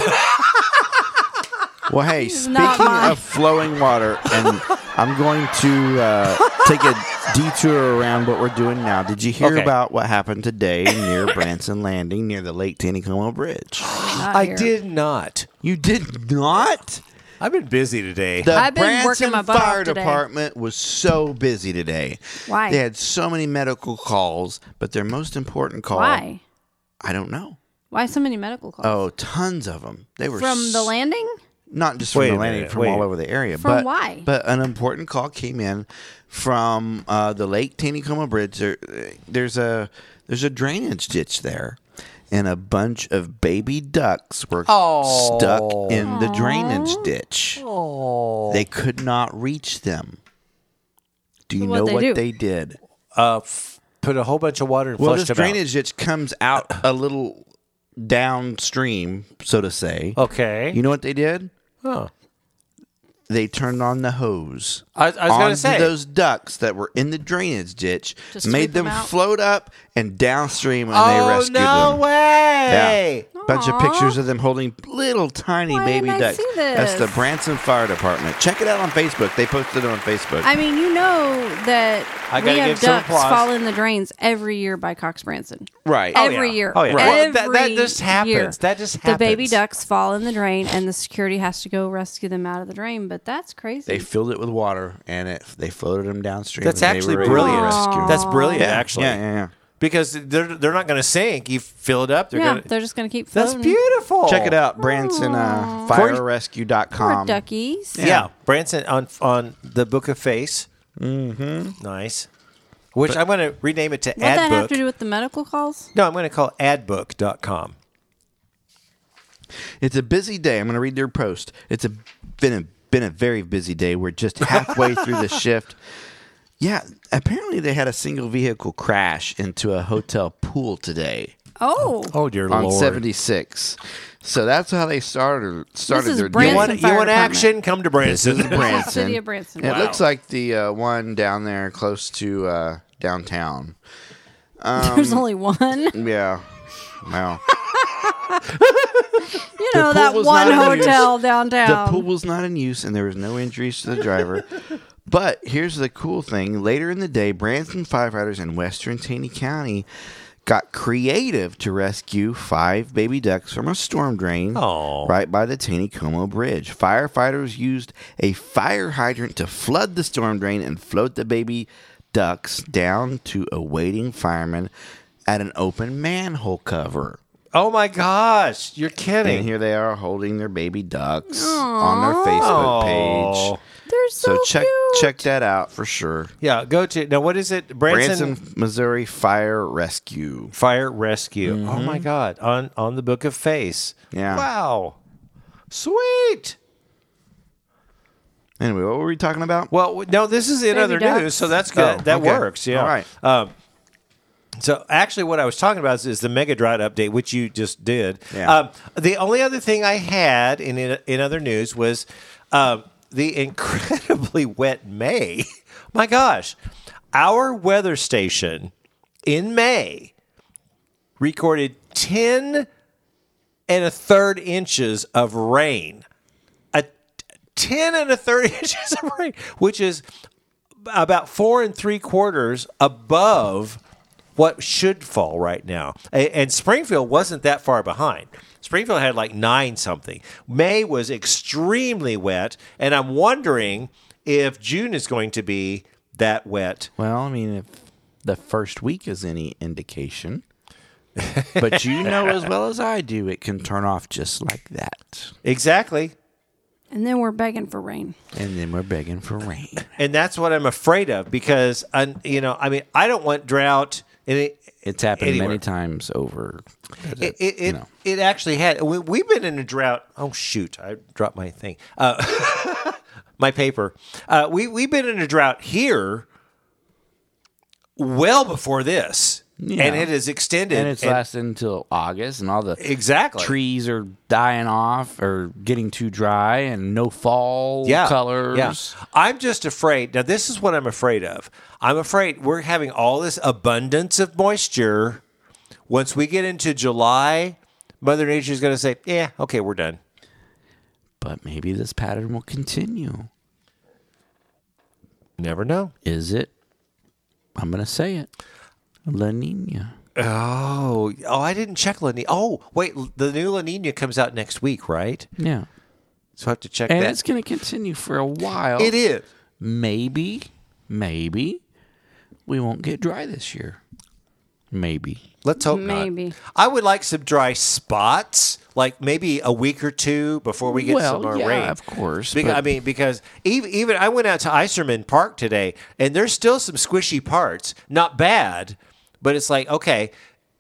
S2: Well, hey,
S3: not
S2: speaking
S3: mine.
S2: of flowing water, and I'm going to uh, take a detour around what we're doing now. Did you hear
S1: Okay.
S2: about what happened today near Branson Landing, near the Lake Taneycomo Bridge?
S3: Not
S1: I
S3: here.
S1: did not.
S2: You did not.
S1: I've been busy today.
S2: The
S3: I've been
S2: Branson
S3: working my butt off
S2: Fire
S3: today.
S2: Department was so busy today.
S3: Why?
S2: They had so many medical calls, but their most important call.
S3: why
S2: I don't know.
S3: why so many medical calls
S2: Oh, tons of them. They were
S3: from the
S2: s-
S3: landing
S2: not just from
S1: Wait
S2: the
S1: a
S2: landing,
S1: minute,
S2: from
S1: wait.
S2: all over the area.
S3: From
S2: but
S3: why?
S2: But an important call came in from uh, the Lake Taneycoma Bridge. There, there's a there's a drainage ditch there, and a bunch of baby ducks were stuck in the drainage ditch. They could not reach them. Do you
S3: What'd
S2: know
S3: they
S2: what
S3: do?
S2: they did?
S1: Uh, f- put a whole bunch of water and
S2: Well,
S1: flushed
S2: this
S1: them out.
S2: drainage ditch comes out a little downstream, so to say.
S1: Okay.
S2: You know what they did?
S1: Huh.
S2: they turned on the hose.
S1: I- I was gonna
S2: onto
S1: say.
S2: those ducks that were in the drainage ditch,
S3: Just
S2: made
S3: sweep them
S2: them,
S3: out?
S2: float up and downstream, and they
S1: oh
S2: rescued
S1: no
S2: them.
S1: way!
S2: Yeah, bunch of
S3: Aw.
S2: pictures of them holding little tiny
S3: Why
S2: baby
S3: didn't I
S2: ducks.
S3: see
S2: That's the
S3: this?
S2: Branson Fire Department. Check it out on Facebook. They posted it on Facebook.
S3: i mean you know that
S1: I
S3: we
S1: gotta
S3: have
S1: give some
S3: ducks
S1: applause.
S3: fall in the drains every year by cox branson
S2: right.
S1: Oh,
S3: every
S1: yeah.
S3: year.
S1: Oh, yeah. Well,
S3: Every
S1: that- that just happens.
S3: year.
S1: That just
S3: The baby
S1: happens.
S3: ducks fall in the drain, and the security has to go rescue them out of the drain. But that's crazy.
S2: They filled it with water and it they floated them downstream.
S1: That's
S2: and they
S1: actually
S2: were able to
S1: brilliant.
S2: rescue.
S1: That's brilliant,
S2: Yeah,
S1: actually.
S2: Yeah, yeah, yeah.
S1: Because they're they're not going to sink. You fill it up. They're
S3: yeah,
S1: gonna,
S3: they're just gonna keep.
S1: that's
S3: floating.
S1: beautiful.
S2: Check it out, Branson uh,
S3: Poor
S1: Um,
S2: FireRescue.com.
S3: duckies.
S1: Yeah. Branson on on the Book of Face. Mm-hmm. Nice. Which I'm going to rename it to
S3: What that have
S1: Adbook.
S3: to do with the medical calls?
S1: no, I'm going to call Adbook.com.
S2: It's a busy day. I'm going to read their post. It's a been a been a very busy day. We're just halfway through the shift. Yeah, apparently they had a single vehicle crash into a hotel pool today.
S3: Oh,
S1: Oh dear
S2: on
S1: lord!
S2: 76. So that's how they started started
S3: This is
S2: their
S1: You
S3: Branson
S1: want,
S2: day.
S1: you
S3: Fire
S1: want
S3: Department.
S1: action? Come to
S2: This is
S1: Branson.
S2: Branson.
S3: City of Branson.
S2: It
S3: Wow.
S2: looks like the uh, one down there close to uh, downtown.
S1: Um,
S3: there's only one.
S2: Yeah. Wow.
S3: You know
S2: pool
S3: that
S2: was
S3: one
S2: not in
S3: hotel
S2: use.
S3: downtown.
S2: The pool was not in use, and there was no injuries to the driver. but here's the cool thing: later in the day, Branson firefighters in Western Taney County got creative to rescue five baby ducks from a storm drain
S1: Aw.
S2: right by the Taney Como Bridge. Firefighters used a fire hydrant to flood the storm drain and float the baby ducks down to a waiting fireman at an open manhole cover.
S1: [laughs] Oh my gosh! You're
S2: And
S1: kidding.
S2: here they are holding their baby ducks on their Facebook
S1: Aw.
S2: page.
S3: They're
S2: So
S3: so,
S2: check
S3: cute.
S2: check that out for sure.
S1: Yeah, go to now. What is it? Branson,
S2: Branson, Missouri Fire Rescue.
S1: Fire Rescue. Oh my god! On on the Book of Face.
S2: Mm-hmm. Yeah.
S1: Wow. Sweet.
S2: Anyway, what were we talking about?
S1: Well, w- no, this is in
S3: Baby
S1: other
S3: ducks.
S1: news, so that's good.
S2: Oh,
S1: that
S2: okay.
S1: works. Yeah.
S2: All right.
S1: Um, so actually, what I was talking about is, is the Megadrive update, which you just did.
S2: Yeah.
S1: Um, the only other thing I had in in, in other news was um, the incredibly [laughs] wet May. My gosh, our weather station in May recorded ten and a third inches of rain. A t- ten and a third [laughs] inches of rain, which is about four and three quarters above what should fall right now. A- And Springfield wasn't that far behind. Springfield had like nine something. May was extremely wet, and I'm wondering if June is going to be that wet.
S2: Well, I mean, if the first week is any indication, [laughs] but you know as well as I do, it can turn off just like that.
S1: Exactly.
S3: and then we're begging for rain.
S2: And then we're begging for rain.
S1: And that's what I'm afraid of because, I, you know, I mean, I don't want drought. And it,
S2: It's happened
S1: Anywhere.
S2: many times over.
S1: it, it, it,
S2: know.
S1: it actually had. We, we've been in a drought. Oh shoot! I dropped my thing. Uh, [laughs] my paper. Uh, we we've been in a drought here, well before this,
S2: Yeah.
S1: and it is extended.
S2: and it's lasted until August, and all the
S1: exactly
S2: trees are dying off or getting too dry, and no fall colors.
S1: yeah. I'm just afraid. Now, this is what I'm afraid of. I'm afraid we're having all this abundance of moisture. Once we get into July, Mother Nature's going to say, "Yeah, okay, we're done."
S2: But maybe this pattern will continue.
S1: Never know.
S2: Is it? I'm gonna say it. La Nina.
S1: Oh, oh, I didn't check La Nina. Oh, wait, l- the new La Nina comes out next week, right?
S2: Yeah.
S1: So I have to check
S2: And
S1: that.
S2: it's gonna continue for a while.
S1: It is.
S2: Maybe, maybe we won't get dry this year. Maybe.
S1: Let's hope not.
S3: Maybe.
S1: I would like some dry spots, like maybe a week or two before we get
S2: Well,
S1: some more
S2: yeah,
S1: rain.
S2: of course,
S1: Because,
S2: but-
S1: I mean, because even, even I went out to Iserman Park today, and there's still some squishy parts. Not bad, but it's like okay,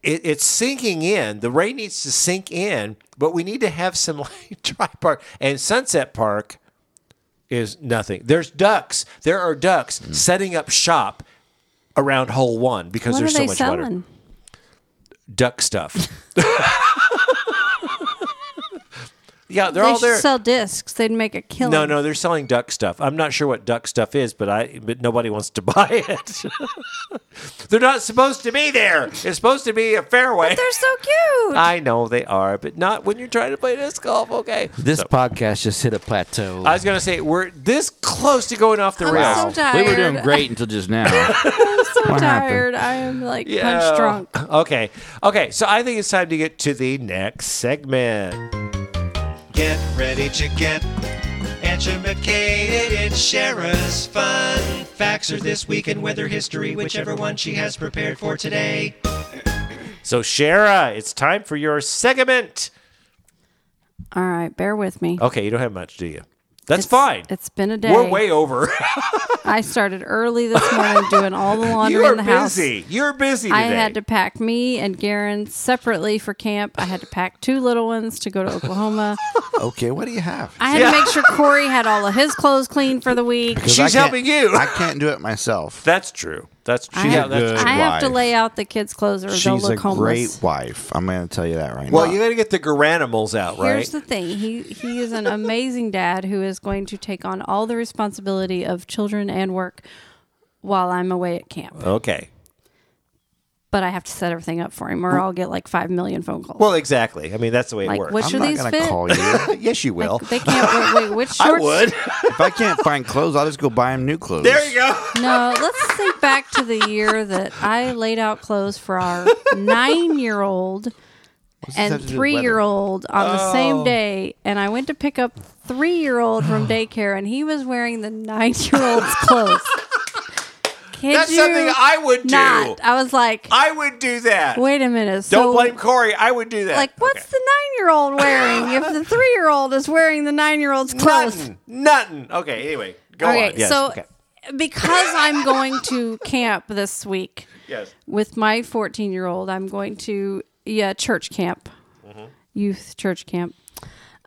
S1: it, it's sinking in. The rain needs to sink in, but we need to have some [laughs] like, dry part. And Sunset Park is nothing. There's ducks. There are ducks
S2: Mm.
S1: setting up shop around hole one because
S3: What are
S1: there's so
S3: they
S1: much water
S3: selling?
S1: duck
S3: [laughs]
S1: stuff. yeah, they're
S3: they
S1: all
S3: should
S1: there.
S3: sell discs. They'd make a killing.
S1: no, no, they're selling duck stuff. I'm not sure what duck stuff is, but I but nobody wants to [laughs] buy it. they're not supposed to be there. It's supposed to be a fairway.
S3: They're so cute.
S1: I know they are, but not when you're trying to play disc golf. Okay,
S2: This
S1: So,
S2: podcast just hit a plateau.
S1: I was gonna say we're this close to going off the
S3: I'm
S1: rails.
S3: so tired.
S2: we were doing great until just now.
S1: [laughs]
S3: I'm so
S2: What happened?
S3: tired. I am like
S1: Yeah.
S3: punch drunk.
S1: Okay. Okay. So I think it's time to get to the next segment. Get ready to get educated in Shara's fun facts or this week in weather history, whichever one she has prepared for today. So Shara, it's time for your segment.
S3: All right, bear with me.
S1: Okay, you don't have much, do you? That's
S3: It's-
S1: Oh, fine.
S3: It's been a day.
S1: We're way over. [laughs]
S3: I started early this morning doing all the laundry
S1: you are
S3: in the house.
S1: busy. You're busy today.
S3: I had to pack me and Garen separately for camp. I had to pack two little ones to go to Oklahoma.
S2: okay, what do you have?
S3: I had to make sure Corey had all of his clothes clean for the week.
S1: She's helping you.
S3: [laughs]
S2: I can't do it myself.
S1: That's true. That's
S3: I,
S1: she, yeah,
S3: have,
S1: that's
S2: good
S3: I have to
S2: wife.
S3: lay out the kids' clothes or they'll
S2: She's a
S3: look homeless.
S2: great wife. I'm going to tell you that right
S1: Well,
S2: now.
S1: you got to get the garanimals out, right?
S3: Here's the thing. He he is an amazing dad who is going to take on all the responsibility of children and work while I'm away at camp.
S1: okay.
S3: But I have to set everything up for him or I'll get like 5 million phone calls.
S1: Well, exactly. I mean, that's the way it
S3: Like,
S1: works.
S3: what
S2: I'm
S3: should
S2: not
S3: these
S2: gonna
S3: fit?
S2: call you.
S3: [laughs]
S1: yes, you will.
S3: They can't wait, wait which
S1: I
S3: shorts? [laughs]
S1: would.
S2: if I can't find clothes, I'll just go buy him new clothes.
S1: there you go.
S3: No, let's think back to the year that I laid out clothes for our 9-year-old
S2: have
S3: and
S2: to do with
S3: 3-year-old on the
S1: Oh.
S3: same day and I went to pick up 3-year-old from
S1: [sighs]
S3: daycare and he was wearing the 9-year-old's clothes. Kid
S1: That's
S3: you
S1: something I would do.
S3: not. I was like,
S1: I would do that.
S3: wait a minute. So,
S1: Don't blame Corey. I would do that.
S3: Like, what's the nine-year-old wearing if the three-year-old is wearing the nine-year-old's clothes?
S1: Nothing. Nothing. Okay. Anyway, go
S3: okay,
S1: on. Yes.
S3: so
S1: okay.
S3: because I'm going to camp this week
S1: Yes.
S3: with my 14-year-old, I'm going to yeah church camp, youth church camp.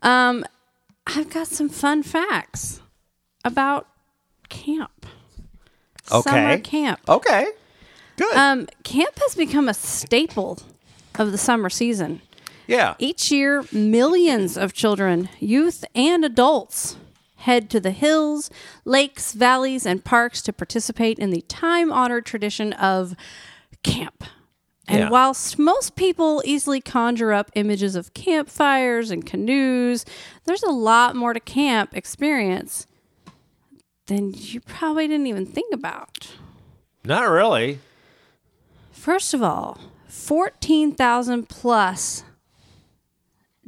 S3: Um, I've got some fun facts about camp. Summer
S1: Okay.
S3: camp.
S1: Okay. Good.
S3: Um, camp has become a staple of the summer season.
S1: yeah.
S3: Each year, millions of children, youth, and adults head to the hills, lakes, valleys, and parks to participate in the time honored tradition of camp. And
S1: Yeah.
S3: whilst most people easily conjure up images of campfires and canoes, there's a lot more to camp experience than you probably didn't even think about.
S1: Not really.
S3: First of all, 14,000 plus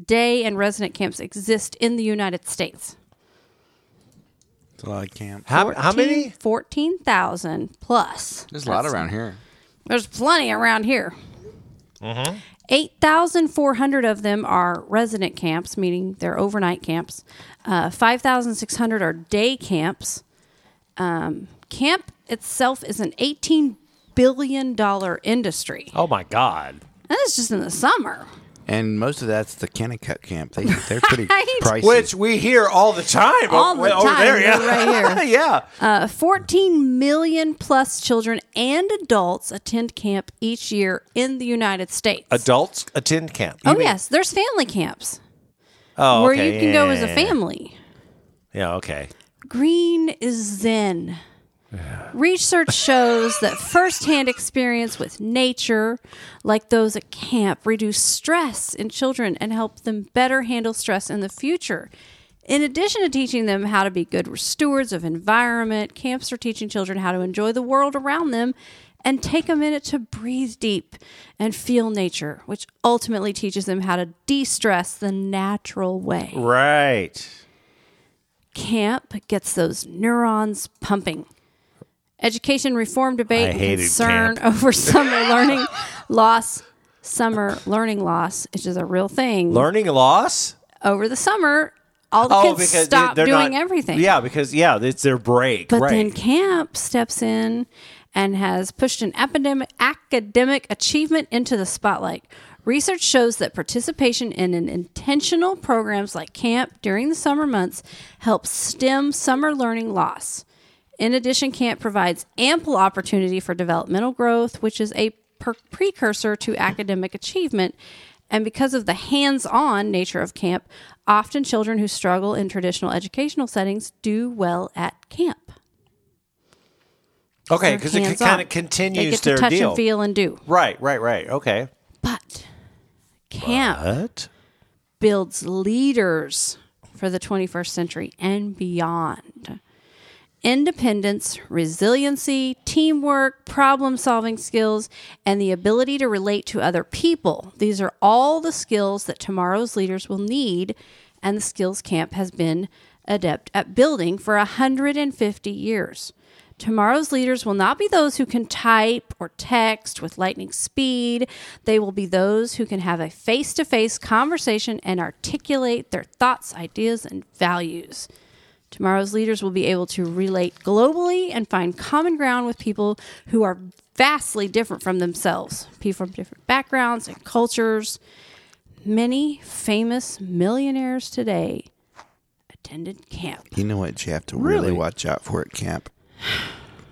S3: day and resident camps exist in the United States.
S2: It's a lot of camp.
S1: How, how many?
S3: 14,000 plus.
S2: There's a lot around here.
S3: There's plenty around here.
S1: Mm-hmm.
S3: 8,400 of them are resident camps, meaning they're overnight camps. Uh, 5,600 are day camps. Um, camp itself is an $18 billion industry.
S1: Oh my God.
S3: And that's just in the summer.
S2: And most of that's the Kennecott camp. They, they're pretty
S3: [laughs] Right?
S2: pricey.
S1: Which we hear all the time.
S3: All
S1: over,
S3: the
S1: over
S3: time,
S1: there. Yeah.
S3: right
S1: [laughs]
S3: here.
S1: yeah.
S3: Uh, 14 million plus children and adults attend camp each year in the United States.
S1: Adults attend camp.
S3: oh, yes. There's family camps
S1: Oh,
S3: where
S1: okay.
S3: you can go as a
S1: Yeah.
S3: family.
S1: Yeah. Okay.
S3: Green is zen. Research shows that firsthand experience with nature, like those at camp, reduce stress in children and help them better handle stress in the future. In addition to teaching them how to be good stewards of environment, camps are teaching children how to enjoy the world around them and take a minute to breathe deep and feel nature, which ultimately teaches them how to de stress the natural way
S1: Right.
S3: camp gets those neurons pumping. Education reform debate
S1: I
S3: and
S1: hated
S3: concern
S1: [laughs]
S3: over summer learning loss. Summer learning loss, which is a real thing.
S1: Learning loss.
S3: over the summer, all the kids
S1: they-
S3: stop
S1: Oh, they're
S3: doing
S1: not-
S3: everything.
S1: Yeah, because yeah, it's their break.
S3: But
S1: right.
S3: then camp steps in and has pushed an epidemic academic achievement into the spotlight. Research shows that participation in an intentional programs like camp during the summer months helps stem summer learning loss. In addition, camp provides ample opportunity for developmental growth, which is a per- precursor to academic achievement. And because of the hands on nature of camp, often children who struggle in traditional educational settings do well at camp.
S1: okay,
S3: They're
S1: because it
S3: hands-on.
S1: kind of
S3: They
S1: continues
S3: get to
S1: their
S3: touch
S1: deal.
S3: and feel and do.
S1: Right, right, right. Okay.
S3: But camp
S1: What?
S3: builds leaders for the 21st century and beyond. Independence, resiliency, teamwork, problem solving skills, and the ability to relate to other people. These are all the skills that tomorrow's leaders will need, and the skills camp has been adept at building for 150 years. Tomorrow's leaders will not be those who can type or text with lightning speed. They will be those who can have a face to face conversation and articulate their thoughts, ideas, and values. Tomorrow's leaders will be able to relate globally and find common ground with people who are vastly different from themselves, people from different backgrounds and cultures. Many famous millionaires today attended camp.
S2: You know what you have to really,
S1: Really?
S2: watch out for at camp?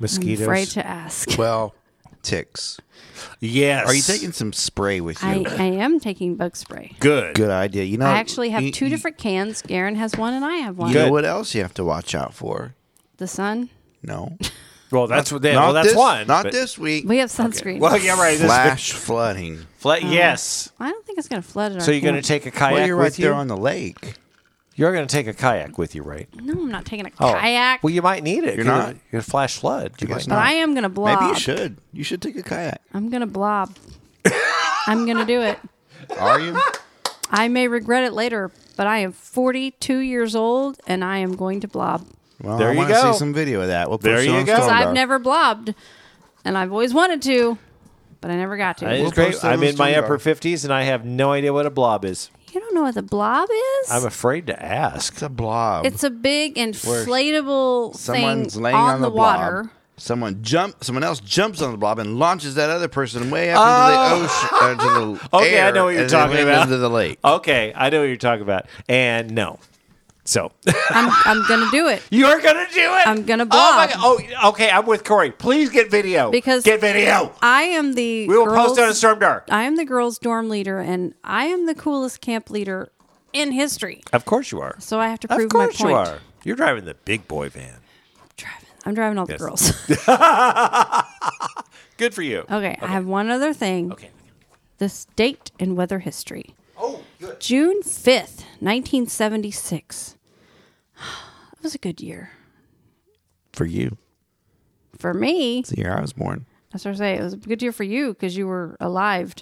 S6: mosquitoes?
S3: Afraid to ask.
S6: Well,
S2: Ticks.
S6: yes.
S2: Are you taking some spray with
S3: I,
S2: you?
S3: I am taking bug spray.
S6: good?
S2: Good idea. You know,
S1: Uh,
S3: I actually have
S2: you-
S3: two
S2: you-
S3: different cans. Garen has one, and I have
S2: You
S3: one.
S2: know what else you have to watch out for?
S3: The sun.
S2: [laughs] No,
S6: Well, that's what. They, well, that's
S2: this,
S6: one.
S2: Not
S6: but-
S2: this week.
S3: We have sunscreen.
S6: Well, yeah, right. This
S2: Flash flooding.
S3: Um,
S6: Flat, yes.
S3: I don't think it's going to flood. At our
S1: So you're going to
S3: camp.
S1: take a kayak
S2: Well, you're
S1: with
S2: right
S1: you?
S2: there on the lake.
S1: You're going to take a kayak with you, right?
S3: No, I'm not taking a
S1: Oh.
S3: kayak.
S1: Well, you might need it. 'cause
S2: You're not?
S1: You're going to flash flood. You
S2: guess
S1: might
S3: but
S2: not.
S3: I am going to blob.
S2: Maybe you should. You should take a kayak.
S3: I'm going to blob. I'm going to do it.
S2: Are you?
S3: I may regret it later, but I am 42 years old, and I am going to blob.
S1: Oh,
S2: Well,
S6: There
S2: I
S6: you
S2: wanna
S6: go.
S2: see some video of that. We'll
S6: There
S2: post it
S6: you
S2: on
S6: go.
S3: 'Cause
S2: Storm
S3: I've
S2: Dog.
S3: never blobbed, and I've always wanted to, but I never got to.
S1: It's
S2: We'll
S1: great.
S2: post that
S1: I'm
S2: on
S1: in my
S2: Storm
S1: upper
S2: Dog.
S1: 50s and I have no idea what a blob is.
S3: you don't know what the blob is?
S1: I'm afraid to ask.
S2: It's a blob.
S3: It's a big inflatable
S2: Someone's
S3: thing
S2: laying
S3: on,
S2: on,
S3: the,
S2: blob.
S3: water.
S2: Someone jump. Someone else jumps on the blob and launches that other person way up into the ocean, into the
S1: Okay, I
S2: air,
S1: know what you're
S2: and they
S1: talking
S2: land
S1: about.
S2: Into the lake.
S1: Okay, I know what you're talking about. And no. So [laughs]
S3: I'm, I'm going to do it.
S1: you're gonna do it.
S3: I'm gonna
S1: Oh, my, oh, okay. I'm with Corey. Please get video.
S3: Because-
S1: get video.
S3: I am the
S1: [laughs] We will
S3: girls,
S1: post it on Storm Dark.
S3: I am the girls' dorm leader, and I am the coolest camp leader in history.
S1: Of course you are.
S3: So I have to
S1: Of
S3: prove my
S1: course
S3: point.
S1: you are. You're driving the big boy van.
S3: Driving. I'm driving all the
S1: Yes.
S3: girls. [laughs]
S1: Good for you.
S3: Okay, I have one other thing.
S1: Okay.
S3: This date in weather history. Oh, good. June 5th, [sighs] 1976. It was a good year.
S2: For you,
S3: For me,
S2: it's the year I was born.
S3: that's what I say. It was a good year for you because you were alive.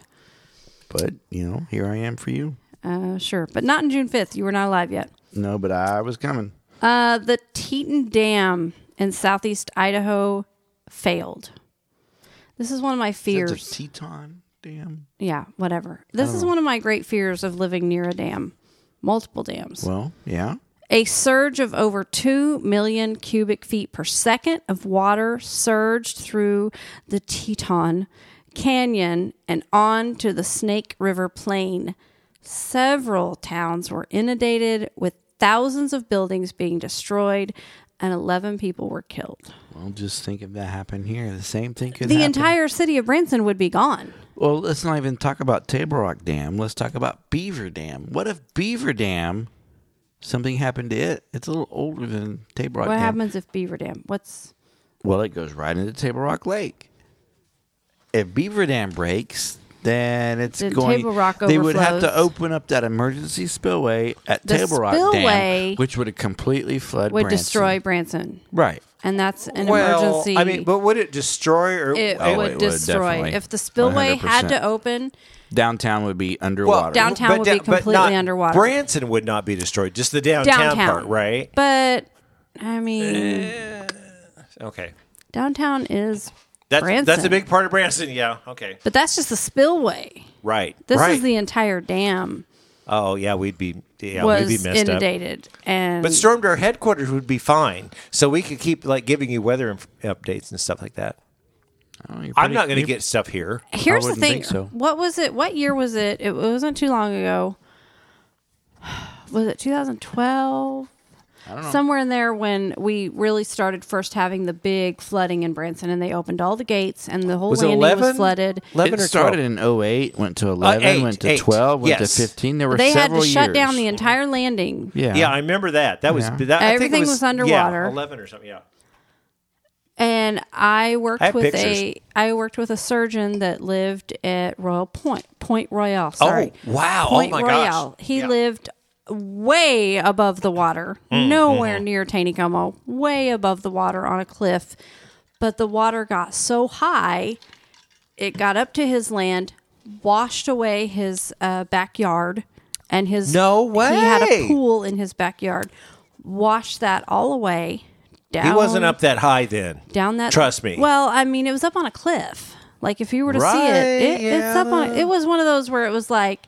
S2: But you know, here I am for you.
S3: Uh, sure, but not in June 5th. You were not alive yet.
S2: No, but I was coming.
S3: Uh, the Teton Dam in southeast Idaho failed. This is one of my
S2: It's a
S3: fears.
S2: Teton Dam.
S3: yeah, whatever. This is one of my great fears of living near a dam, multiple dams.
S2: Well, yeah.
S3: A surge of over 2 million cubic feet per second of water surged through the Teton Canyon and on to the Snake River Plain. Several towns were inundated, with thousands of buildings being destroyed, and 11 people were killed.
S2: Well, just think if that happened here, the same thing could
S3: the
S2: happen.
S3: entire city of Branson would be gone.
S2: Well, let's not even talk about Table Rock Dam. Let's talk about Beaver Dam. What if Beaver Dam, something happened to it? It's a little older than Table Rock
S3: What
S2: Dam.
S3: happens if Beaver Dam? What's
S2: Well, it goes right into Table Rock Lake. If Beaver Dam breaks, then it's
S3: Then
S2: going.
S3: Table Rock
S2: they would have to
S3: overflows.
S2: open up that emergency spillway at
S3: The
S2: Table Rock
S3: spillway
S2: Dam, which would have completely flooded.
S3: would
S2: Branson.
S3: destroy Branson?
S2: Right.
S3: And that's an
S1: well,
S3: emergency.
S1: I mean, but would it destroy or
S3: it
S2: Oh,
S3: would
S2: it would,
S3: destroy.
S2: definitely.
S3: if the spillway had
S2: 100%.
S3: to open,
S2: Downtown would be underwater.
S3: downtown- would be
S1: da-
S3: completely
S1: not-
S3: underwater.
S1: Branson would not be destroyed. Just the downtown,
S3: downtown,
S1: part, right? Eh.
S3: But I mean,
S1: Okay.
S3: downtown is
S1: That's
S3: Branson.
S1: that's a big part of Branson. Yeah. Okay.
S3: But that's just the spillway.
S1: Right.
S3: This
S1: right.
S3: is the entire dam
S1: Oh yeah, we'd be yeah we'd be
S3: was
S1: messed up.
S3: inundated, and
S1: But Storm Door headquarters would be fine, so we could keep like giving you weather inf- updates and stuff like that.
S2: Oh, you're
S1: I'm
S2: pretty-
S1: not going to
S2: you-
S1: get stuff here.
S3: here's
S2: I
S3: the
S2: wouldn't
S3: thing.
S2: think so.
S3: What was it? What year was it? It wasn't too long ago. [sighs] Was it 2012? I don't know. Somewhere in there when we really started first having the big flooding in Branson, and they opened all the gates, and the whole
S1: Was it
S3: landing
S1: 11?
S3: was flooded.
S1: Eleven
S2: It
S1: or
S2: started
S1: 12?
S2: in 08, went to 11,
S1: eight,
S2: went to
S1: eight.
S2: 12, went
S1: Yes.
S2: to 15. There were
S3: they had to
S2: several
S3: shut down the
S2: years.
S3: entire landing.
S2: yeah.
S1: Yeah, I remember that. That was
S2: Yeah.
S1: that, I think it
S3: Everything was underwater.
S1: Yeah, Eleven or something. Yeah.
S3: And I worked
S1: I have
S3: with
S1: pictures.
S3: a I worked with a surgeon that lived at Royal Point Point Royal. Sorry.
S1: wow. Oh,
S3: Point
S1: my gosh.
S3: Royal. He
S1: Yeah.
S3: lived way above the water,
S1: Mm,
S3: nowhere
S1: mm-hmm.
S3: near Taneycomo, way above the water on a cliff. But the water got so high, it got up to his land, washed away his uh, backyard, and his
S1: No
S3: He had
S1: way.
S3: a pool in his backyard, washed that all away. Down,
S1: He wasn't up that high then.
S3: down that.
S1: Trust me.
S3: Well, I mean, it was up on a cliff. Like if you were to see it,
S1: Right,
S3: it it's up on. It was one of those where it was like,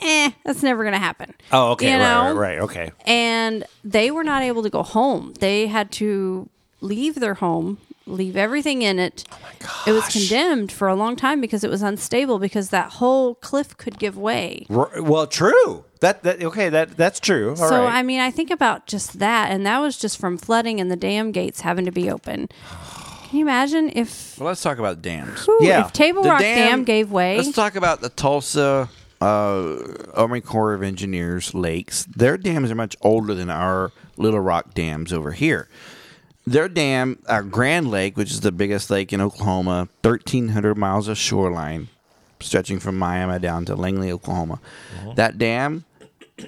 S3: eh, that's never gonna happen.
S1: Oh, okay.
S3: You
S1: right, right,
S3: know?
S1: right. Okay.
S3: And they were not able to go home. They had to leave their home, leave everything in it. Oh my gosh. It was condemned for a long time because it was unstable because that whole cliff could give way.
S1: R- Well, true. That, that okay. That that's true. All right.
S3: so I mean, I think about just that, and that was just from flooding and the dam gates having to be open. Can Can you imagine if
S2: Well, let's talk about dams.
S3: whew,
S7: Yeah.
S3: if Table
S2: The
S3: Rock Dam, gave way?
S2: Let's talk about the Tulsa uh, Army Corps of Engineers lakes. Their dams are much older than our Little Rock dams over here. Their dam, our Grand Lake, which is the biggest lake in Oklahoma, 1,300 miles of shoreline stretching from Miami down to Langley, Oklahoma. That dam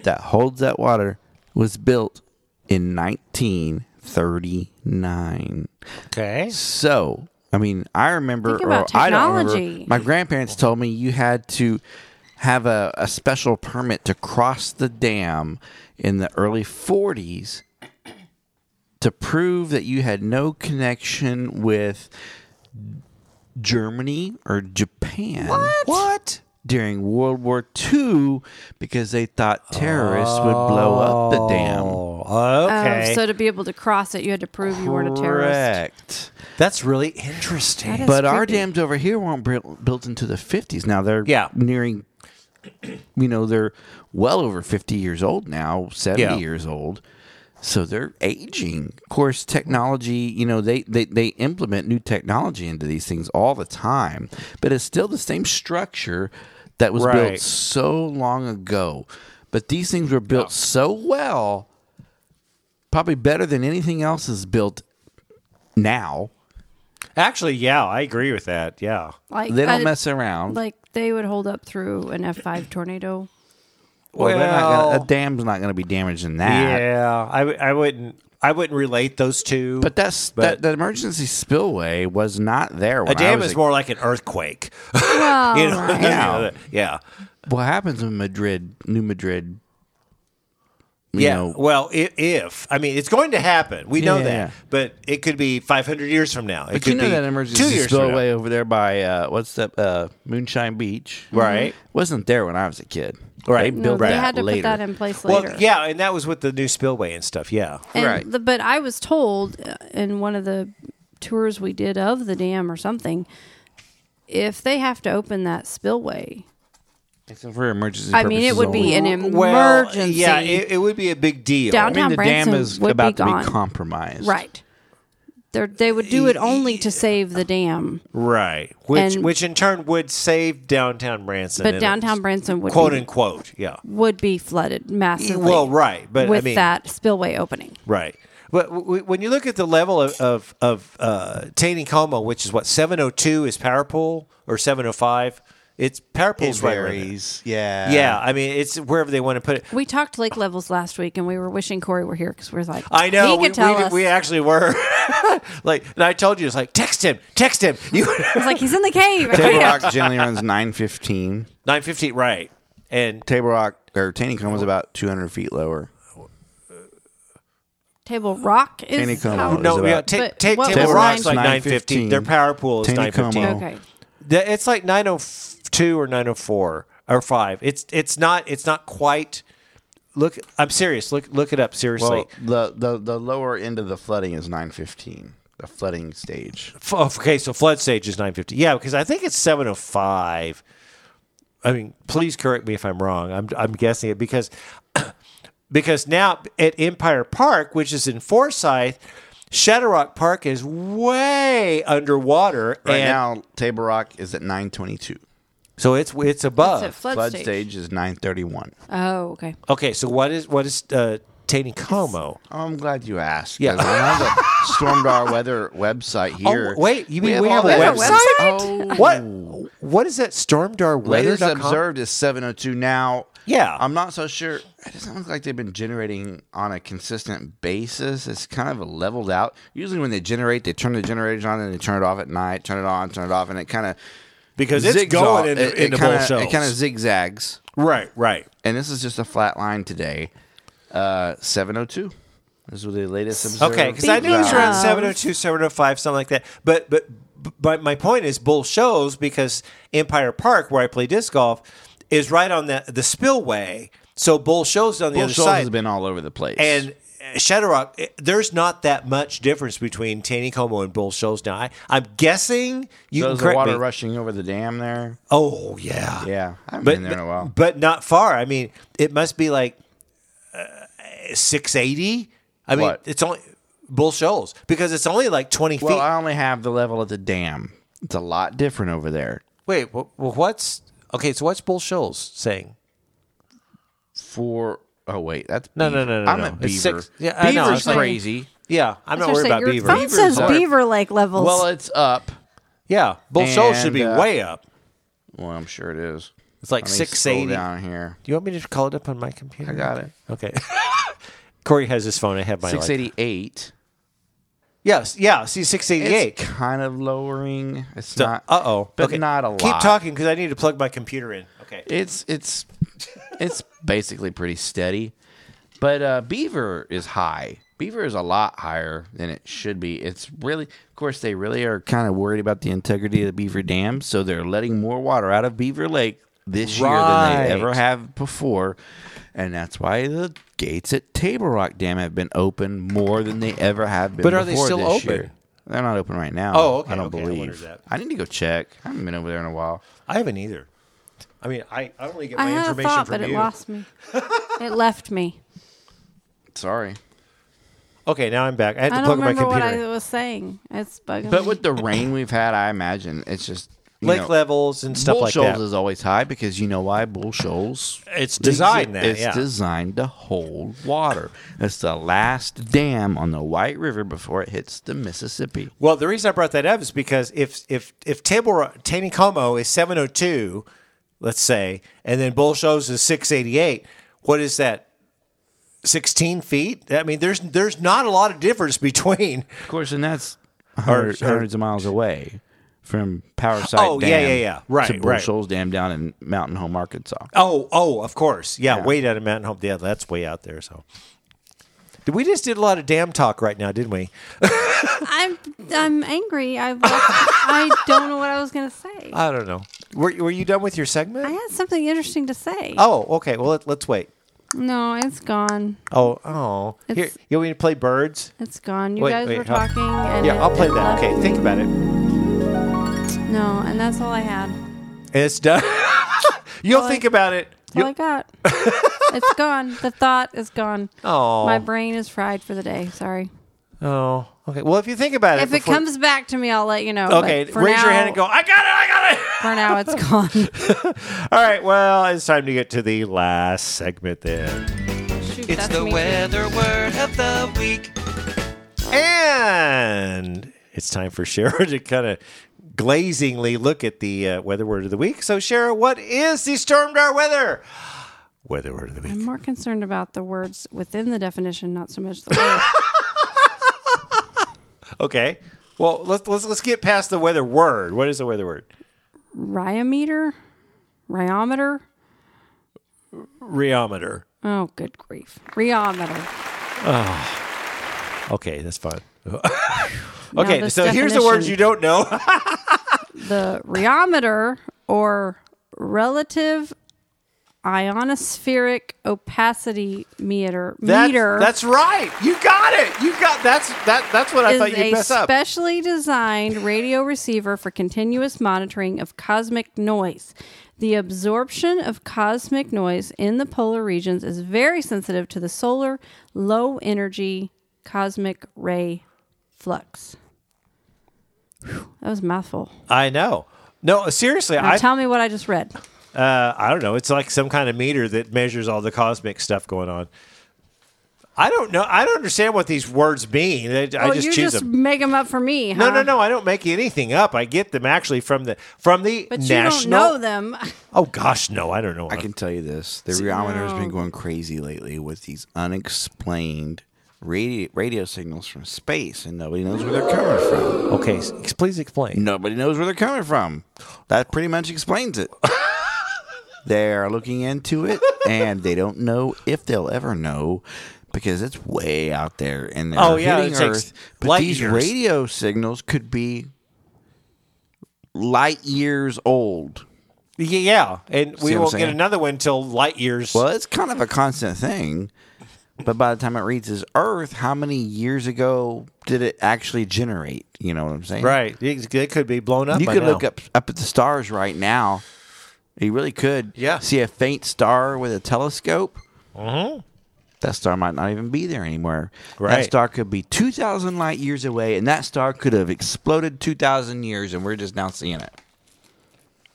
S2: that holds that water was built in 1939.
S1: Okay.
S2: So, I mean, I remember,
S3: Think about
S2: or I don't remember.
S3: technology.
S2: My grandparents told me you had to have a, a special permit to cross the dam in the early 40s to prove that you had no connection with Germany or Japan. What? What? During World War II, because they thought terrorists would blow up the dam.
S7: Oh,
S3: Oh,
S7: okay.
S3: so to be able to cross it, you had to prove you weren't a Oh. terrorist.
S2: Correct.
S7: That's really interesting.
S3: That is
S2: But our
S3: creepy.
S2: dams over here weren't built- built into the 50s. Now they're
S7: Yeah.
S2: nearing, you know, they're well over 50 years old now, 70
S1: Yeah.
S2: years old. So they're aging. Of course, technology, you know, they, they, they implement new technology into these things all the time, but it's still the same structure that was built
S1: Right.
S2: so long ago. But these things were built so well, probably better than anything else is built now.
S1: Actually, yeah, I agree with that. Yeah.
S3: Like,
S2: They don't
S3: I-
S2: mess around.
S3: Like they would hold up through an F five tornado.
S2: Well, they're not
S1: Well-
S2: gonna, a dam's not going to be damaged in that.
S1: Yeah. I, w- I wouldn't I wouldn't relate those two.
S2: But that's that,
S1: But-
S2: the emergency spillway was not there. When
S1: a dam
S2: I was
S1: is
S2: a-
S1: more like an earthquake. [laughs]
S3: Well,
S1: you know?
S2: Yeah.
S1: yeah.
S2: What happens in Madrid, New Madrid? You
S1: Yeah.
S2: know,
S1: well, if, if I mean, it's going to happen. We know
S2: Yeah,
S1: that,
S2: yeah.
S1: but it could be 500 years from now. It
S2: but
S1: could
S2: you know
S1: be
S2: that emergency
S1: two years from
S2: spillway
S1: now.
S2: over there by uh, what's that? Uh, Moonshine Beach, Mm-hmm.
S1: Right.
S2: Wasn't there when I was a kid.
S1: Right.
S2: They
S3: no,
S2: built
S3: they
S2: that
S3: had to
S2: later.
S3: put that in place
S1: Well,
S3: later.
S1: yeah, and that was with the new spillway and stuff. Yeah.
S3: And
S2: Right.
S3: The, but I was told uh, in one of the tours we did of the dam or something, if they have to open that spillway,
S2: Except for emergency.
S3: I mean, it
S2: purposes
S3: would be
S2: only.
S3: an
S1: Well,
S3: emergency.
S1: yeah, it, it would be a big deal.
S2: I
S3: Downtown
S2: mean, the dam
S3: Branson
S2: is
S3: would be
S2: about to
S3: gone.
S2: be compromised.
S3: right. They're, they would do it only to save the dam,
S1: Right. Which
S3: And-
S1: which in turn would save downtown Branson.
S3: but
S1: and-
S3: downtown Branson would
S1: quote
S3: be,
S1: unquote. Yeah.
S3: would be flooded massively.
S1: Well, right, but I
S3: with
S1: mean-
S3: that spillway opening,
S1: Right. But w- w- when you look at the level of of, of uh, Taney Como, which is what 702 is power pool or 705, it's power pool's right around there.
S8: Yeah.
S1: Yeah, I mean it's wherever they want to put it.
S3: we talked lake levels last week, and we were wishing Corey were here because we are like,
S1: I know
S3: he
S1: we,
S3: could tell
S1: we,
S3: us.
S1: we actually were [laughs] like, and I told you it's like text him, text him. [laughs] You
S3: It's like he's in the
S1: [laughs]
S3: cave. I [laughs]
S2: Table
S3: can't.
S2: Rock generally runs nine fifteen.
S1: nine fifty right, and
S2: Table Rock or Taneycomb was about two hundred feet lower.
S3: Table Rock is
S2: Any kind of-
S3: how-
S2: No,
S1: no, yeah,
S2: about-
S1: ta-
S3: But
S1: ta-
S3: what
S1: Table
S3: was
S1: Rock's like
S3: nine-
S1: nine fifteen. Their power pool is
S2: Taney
S1: nine fifteen.
S2: Como.
S3: Okay.
S1: The- It's like 902 or 904 or 5. It's it's not it's not quite Look, I'm serious. Look look it up seriously.
S2: Well, the, the the lower end of the flooding is 915, the flooding stage.
S1: F- oh, okay, so flood stage is 950. Yeah, because I think it's 705. I mean, please correct me if I'm wrong. I'm I'm guessing it because [clears throat] because now at Empire Park, which is in Forsyth, Shadow Rock Park is way underwater
S2: Right
S1: and
S2: now, Table Rock is at 922.
S1: so it's it's
S3: It's
S1: above.
S3: at flood,
S2: Flood
S3: stage.
S2: stage is 931.
S3: Oh, okay.
S1: Okay, so what is what is uh, Taney Como?
S2: Oh, I'm glad you asked.
S1: Yeah.
S2: 'cause I have the Stormdar weather website here.
S1: Oh, wait, you mean we
S2: all
S1: have a
S2: that
S1: website? What what is that stormdarweather.com?
S2: Latest Oh, observed is 702 now.
S1: Yeah.
S2: I'm not so sure. It doesn't look like they've been generating on a consistent basis. It's kind of leveled out. Usually when they generate, they turn the generators on and they turn it off at night, turn it on, turn it off, and it kind of
S1: Because it's going into,
S2: it,
S1: into
S2: it kinda,
S1: both shells.
S2: It kind of zigzags.
S1: right, right.
S2: And this is just a flat line today. Uh, 702. This was the latest observed.
S1: Okay, because I knew it was
S3: Speaking
S1: around
S3: of-
S1: 702, 705, something like that. But but but my point is bull shows because Empire Park, where I play disc golf, is right on the the spillway. So bull shows on the
S2: Bull
S1: other
S2: Shoals
S1: side.
S2: has been all over the place.
S1: and uh, Shadow Rock, eh, there's not that much difference between Taney Como and Bull Shoals now. I, I'm guessing you
S2: so
S1: can
S2: is the
S1: correct
S2: water
S1: me.
S2: rushing over the dam there?
S1: Oh yeah,
S2: Yeah. I haven't
S1: but
S2: been there in a while.
S1: but not far. I mean, it must be like uh, six eighty. I mean,
S2: What?
S1: it's only Bull Shoals because it's only like 20
S2: Well,
S1: feet.
S2: I only have the level of the dam. It's a lot different over there.
S1: Wait, well, what's okay? So what's Bull Shoals saying?
S2: For oh wait, that's
S1: No, no,
S2: Beaver.
S1: no, no,
S2: I'm
S1: no.
S2: at Beaver.
S1: It's six- yeah, I know, I
S2: Beaver's
S1: was like-
S2: crazy.
S1: Yeah, I'm not
S3: That's
S1: worried
S3: what I'm
S1: about
S3: saying.
S1: Beaver.
S3: Your phone says
S2: Beaver's-
S3: Beaver Lake levels.
S2: Well, it's up.
S1: Yeah, Bull Shoals should be
S2: And, uh,
S1: way up.
S2: Well, I'm sure it is.
S1: It's like
S2: Let me
S1: six
S2: scroll
S1: eighty. Do
S2: down here.
S1: you want me to call it up on my computer?
S2: I got it.
S1: Okay. [laughs] Corey has his phone. I have my
S2: Six eighty eight.
S1: Yes. Yeah. See, six eighty
S2: It's
S1: eight.
S2: kind of lowering. It's
S1: Uh
S2: not.
S1: oh.
S2: but not a lot.
S1: Keep talking because I need to plug my computer in. Okay.
S2: It's it's it's basically pretty steady, but uh, Beaver is high. Beaver is a lot higher than it should be. It's really, of course, they really are kind of worried about the integrity of the Beaver Dam, so they're letting more water out of Beaver Lake this year than
S1: Right.
S2: they ever have before, and that's why the gates at Table Rock Dam have been open more than they ever have been.
S1: But are they
S2: before
S1: still
S2: this
S1: open?
S2: year. They're not open right now.
S1: Oh, okay,
S2: I don't
S1: okay, I wondered
S2: believe.
S1: that.
S2: I need to go check. I haven't been over there in a while.
S1: I haven't either. I mean, I, I only get
S3: I
S1: my
S3: had a
S1: information
S3: thought,
S1: from
S3: but it
S1: you. [laughs]
S3: lost me. it left me.
S2: Sorry.
S1: Okay, now I'm back. I had to
S3: I
S1: plug
S3: don't
S1: my
S3: remember what
S1: computer.
S3: I
S1: in.
S3: was saying. It's bugging
S2: But
S3: me.
S2: with the rain we've had, I imagine it's just you
S1: Lake
S2: know,
S1: levels and stuff
S2: Bull
S1: like
S2: Shoals
S1: that.
S2: is always high because you know why Bull Shoals.
S1: It's designed that,
S2: It's
S1: yeah.
S2: designed to hold water. It's the last dam on the White River before it hits the Mississippi.
S1: Well, the reason I brought that up is because if if if Table Rock- Taneycomo is 702, let's say, and then Bull Shows is 688, what is that? 16 feet? I mean, there's there's not a lot of difference between. [laughs]
S2: Of course, and that's hundreds,
S1: or-
S2: hundreds of miles away from Powerside
S1: Oh,
S2: Dam.
S1: yeah, yeah, yeah. Right,
S2: to Bull
S1: right.
S2: Shoals Dam down in Mountain Home, Arkansas.
S1: Oh, oh, of course. Yeah,
S2: Yeah.
S1: way down in Mountain Home. Yeah, that's way out there. So we just did a lot of dam talk right now, didn't we?
S3: I'm I'm angry. I I don't know what I was
S1: [laughs]
S3: gonna say.
S1: I don't know. Were, were you done with your
S3: I
S1: segment?
S3: had something interesting to say.
S1: Oh, okay. Well, let, let's wait.
S3: No, it's gone.
S1: Oh, oh. Here,
S3: It's-
S1: you want me to play birds?
S3: It's gone. You
S1: Wait,
S3: guys
S1: wait,
S3: were
S1: huh?
S3: talking. And
S1: Yeah,
S3: it-
S1: I'll play
S3: it
S1: that.
S3: left
S1: Okay,
S3: me.
S1: think about it.
S3: No, and that's all I had.
S1: It's done. [laughs] You'll
S3: Well, I-
S1: think about it.
S3: That's all I
S1: [laughs]
S3: got. it's gone. The thought is gone.
S1: Oh.
S3: My brain is fried for the day. Sorry.
S1: Oh, okay. Well, if you think about it,
S3: If it
S1: Uh, before-
S3: comes back to me, I'll let you know. but
S1: okay,
S3: for
S1: raise your
S3: now-
S1: hand and go. I got it. [laughs] I got
S3: [laughs] For now, it's gone. Shoot,
S1: it. All right. Well, it's time to get to the last segment then,
S3: that's me.
S4: weather word of the week.
S1: and it's time for Shara to kind of glazingly look at the uh, weather word of the week. So, Shara, what is the storm our weather? Weather word of the week.
S3: I'm more concerned about the words within the definition, not so much
S1: [laughs]
S3: the word.
S1: Okay. Well, let's let's let's get past the weather word. What is the weather word?
S3: Riometer? Riometer?
S1: Rheometer.
S3: Oh, good grief. Riometer.
S1: Okay, that's fine. [laughs]
S3: Now
S1: Okay,
S3: this
S1: so here's the words
S3: definition-
S1: you don't know. [laughs]
S3: The rheometer or relative ionospheric opacity meter
S1: That's-
S3: meter
S1: That's right. You got it. You got that's that. That's what I
S3: is
S1: thought you'd
S3: a
S1: mess up.
S3: specially designed radio receiver for continuous monitoring of cosmic noise. The absorption of cosmic noise in the polar regions is very sensitive to the solar low energy cosmic ray flux. Whew, that was a mouthful.
S1: I know. No, seriously,
S3: Now
S1: I
S3: tell me what I just read.
S1: uh, I don't know. It's like some kind of meter that measures all the cosmic stuff going on. I don't know. I don't understand what these words mean. I, I
S3: oh,
S1: just
S3: you
S1: choose
S3: just
S1: them.
S3: make them up for me.
S1: No,
S3: Huh?
S1: no, no. I don't make anything up. I get them actually from the from the
S3: But
S1: national.
S3: you don't know them. [laughs]
S1: Oh gosh, no, I don't know.
S2: I can tell you this: the rheometer has
S1: um,
S2: been
S3: No.
S2: going crazy lately with these unexplained radio, radio signals from space, and nobody knows where they're coming from.
S1: Okay, s- please explain.
S2: Nobody knows where they're coming from. That pretty much explains
S1: [laughs]
S2: it. they're looking into it, and they don't know if they'll ever know because it's way out there and they're
S1: Oh, yeah,
S2: hitting
S1: it takes
S2: Earth. But
S1: light
S2: these
S1: years.
S2: radio signals could be light years old.
S1: Yeah, yeah, and
S2: what
S1: we
S2: I'm
S1: won't get
S2: saying?
S1: another one till light years.
S2: Well, it's kind of a constant thing. But by the time it reaches Earth, how many years ago did it actually generate? You know what I'm saying?
S1: Right, it, it could be blown up.
S2: You
S1: by
S2: could
S1: now.
S2: look up up at the stars right now. You really could.
S1: Yeah.
S2: See a faint star with a telescope. Mm-hmm. That star might not even be there anymore.
S1: Right.
S2: That star could be 2,000 light years away, and that star could have exploded 2,000 years, and we're just now seeing it.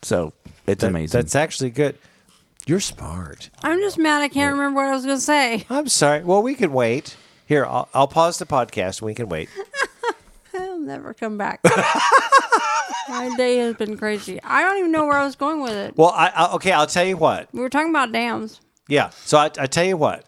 S2: So it's
S1: That-
S2: amazing.
S1: That's actually good. You're smart.
S3: I'm just mad. I can't remember what I was going to say. [laughs]
S1: I'm sorry. Well, we can wait. Here, I'll, I'll pause the podcast. and We can wait.
S3: I'll never
S1: [laughs]
S3: come back. My day has been crazy. I don't even know where I was going with it.
S1: Well, I, I okay. I'll tell you what.
S3: We were talking about dams.
S1: Yeah. So I, I tell you what.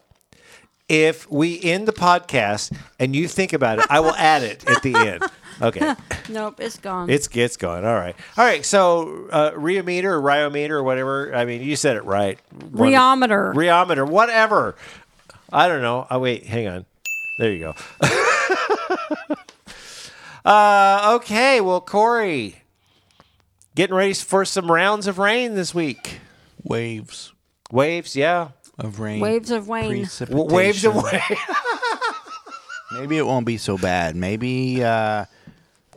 S1: If we end the podcast and you think about it, I will add it at the end. Okay.
S3: Nope, it's gone.
S1: It's it's gone. All right. All right. So uh, rheometer or rhyometer or whatever. I mean, you said it right. One-
S3: Rheometer.
S1: Rheometer. Whatever. I don't know. Oh wait. Hang on. There you go. [laughs] uh, okay. Well, Corey, getting ready for some rounds of rain this week.
S2: waves
S1: Waves. Yeah.
S2: of rain.
S3: Waves of Wayne.
S1: W- waves
S2: Precipitation.
S1: of wa-
S2: Maybe it won't be so bad. Maybe uh,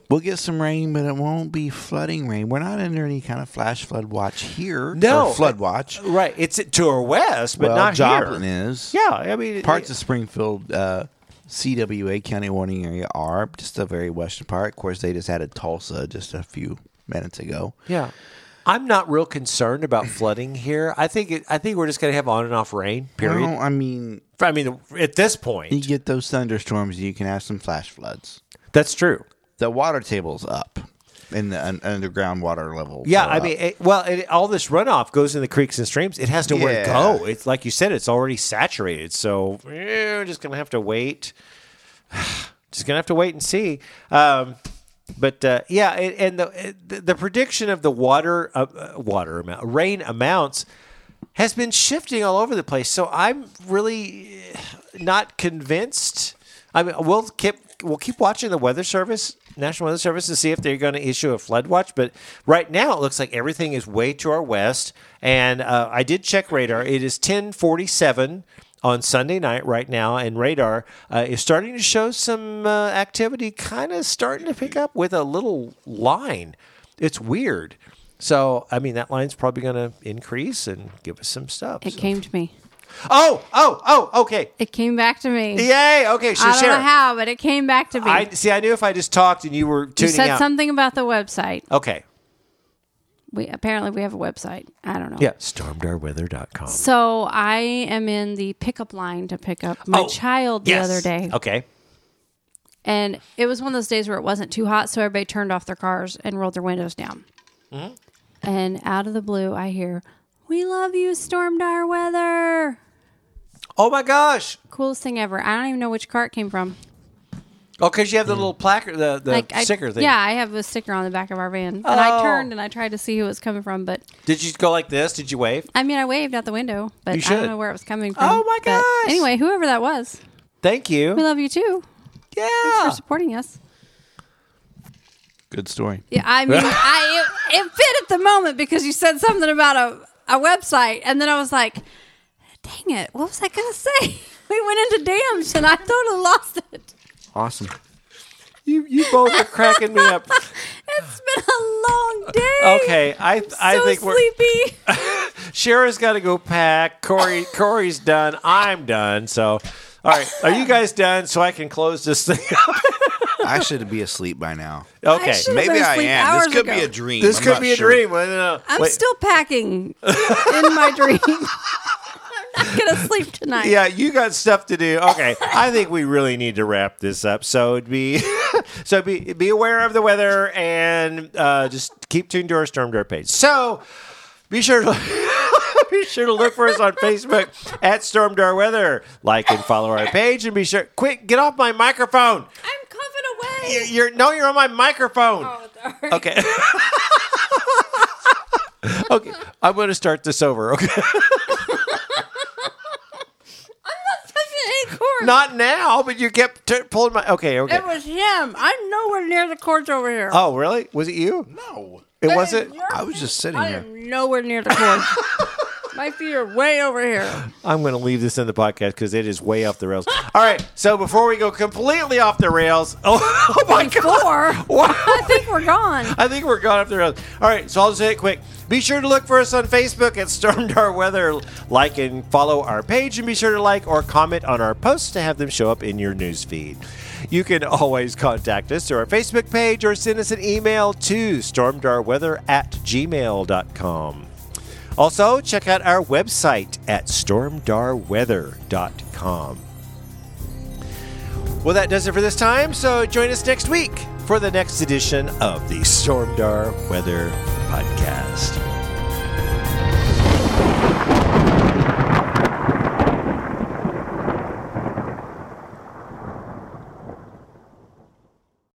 S2: we'll get some rain, but it won't be flooding rain. We're not under any kind of flash flood watch
S1: [laughs]
S2: here.
S1: No.
S2: or flood watch.
S1: Right. It's to our west, but
S2: well,
S1: not
S2: Joplin
S1: here.
S2: is.
S1: Yeah. I mean,
S2: parts of Springfield, uh, CWA County Warning Area are just the very western part. Of course, they just added Tulsa just a few minutes ago.
S1: Yeah. I'm not real concerned about flooding here. I think it, I think we're just going to have on and off rain. Period.
S2: Well, I mean,
S1: I mean, at this
S2: you
S1: point,
S2: get those thunderstorms, you can have some flash floods.
S1: that's true.
S2: The water table's up, and the un- underground water level. uh,
S1: Yeah, I mean, it, well, it, all this runoff goes in the creeks and streams. It has nowhere
S2: Yeah.
S1: to go. It's like you said, it's already saturated. So eh, we're just going to have to wait. [sighs] just going to have to wait and see. Um, but uh, yeah, and, and the, the the prediction of the water uh, uh, water amount, rain amounts, has been shifting all over the place. So I'm really eh, not convinced. I mean, we'll keep we'll keep watching the weather service, National Weather Service, to see if they're going to issue a flood watch. But right now, it looks like everything is way to our west. And uh, I did check radar. It is 1047 on Sunday night right now, and radar uh, is starting to show some uh, activity, kind of starting to pick up with a little line. It's weird. So, I mean, that line's probably going to increase and give us some stuff.
S3: It
S1: so.
S3: came to me.
S1: Oh, oh, oh, okay.
S3: It came back to me.
S1: Yay. E Okay, sure,
S3: I don't
S1: sure.
S3: know how, but it came back to me.
S1: I see. I knew if I just talked and you were
S3: you
S1: tuning
S3: said
S1: out.
S3: something about the website.
S1: Okay.
S3: We apparently we have a website. I don't know.
S1: Yeah. Stormdarweather.com.
S3: So I am in the pickup line to pick up my
S1: Oh,
S3: child the
S1: yes.
S3: other day,
S1: Okay.
S3: and it was one of those days where it wasn't too hot, so everybody turned off their cars and rolled their windows down.
S1: Mm-hmm.
S3: And out of the blue, I hear, "We love you, Storm Dar Weather."
S1: Oh my gosh.
S3: Coolest thing ever. I don't even know which car it came from.
S1: Oh, because you have the little placard, the, the
S3: I,
S1: sticker thing.
S3: Yeah, I have a sticker on the back of our van, and I
S1: Oh.
S3: turned and I tried to see who it was coming from, but
S1: Did you go like this? Did you wave?
S3: I mean, I waved out the window, but
S1: You
S3: I don't
S1: should.
S3: know where it was coming from.
S1: Oh, my
S3: But
S1: gosh.
S3: Anyway, whoever that was,
S1: Thank
S3: we
S1: you.
S3: love you too for
S1: Yeah.
S3: supporting us.
S2: good story.
S3: Yeah, I mean, I it, it fit at the moment because you said something about a, a website, and then I was like, "Dang it, what was I gonna say?" [laughs] We went into dams, and I totally lost it.
S2: Awesome.
S1: You, you both are cracking me up.
S3: [laughs] It's been a long day.
S1: Okay, I I
S3: so
S1: think we're [laughs]
S3: sleepy.
S1: Shara's got to go pack. Corey
S3: [laughs]
S1: Corey's done. I'm done. So, all right, are you guys done? So I can close this thing [laughs] up.
S2: I should be asleep by now.
S1: Okay,
S3: should've
S2: Maybe
S3: been
S2: I
S3: asleep
S2: am. This
S3: hours
S2: could
S3: ago.
S2: be a dream.
S1: this
S2: I'm
S1: could
S2: not
S1: be a
S2: sure.
S1: dream. I don't know.
S3: I'm
S1: Wait,
S3: still packing in my dream. [laughs] I'm not gonna sleep
S1: [laughs]
S3: tonight.
S1: Yeah, you got stuff to do. Okay, I think we really need to wrap this up. So it'd be, [laughs] so be be aware of the weather and uh, just keep tuned to our Storm Door page. So be sure to [laughs] be sure to look for us on Facebook at Storm Door Weather. Like and follow our page, and be sure quick get off my microphone.
S3: I'm covered
S1: You're,
S3: away.
S1: you're no, you're on my microphone.
S3: Oh.
S1: Okay. [laughs] okay. I'm going to start this over. Okay. [laughs]
S3: Fucking acorn.
S1: Not now, but you kept t- pulling my. Okay. Okay.
S3: It was him. I'm nowhere near the cords over here.
S1: Oh, really? Was it you?
S2: No.
S1: It was it.
S2: I was just sitting
S3: I
S2: here.
S1: [laughs]
S3: am nowhere near the cords. My feet are way over here.
S1: I'm going to leave this in the podcast because it is way off the rails. All right, so before we go completely off the rails, [laughs] oh, oh my
S3: Before.
S1: god, wow.
S3: I think we're gone.
S1: [laughs] I think we're going off the rails. All right, so I'll just hit it quick. Be sure to look for us on Facebook at Stormed Our Weather. Like and follow our page, and be sure to like or comment on our posts to have them show up in your news feed. You can always contact us through our Facebook page or send us an email to stormdarweather at gmail.com. Also, check out our website at stormdarweather.com. Well, that does it for this time, so join us next week for the next edition of the Stormdar Weather Podcast.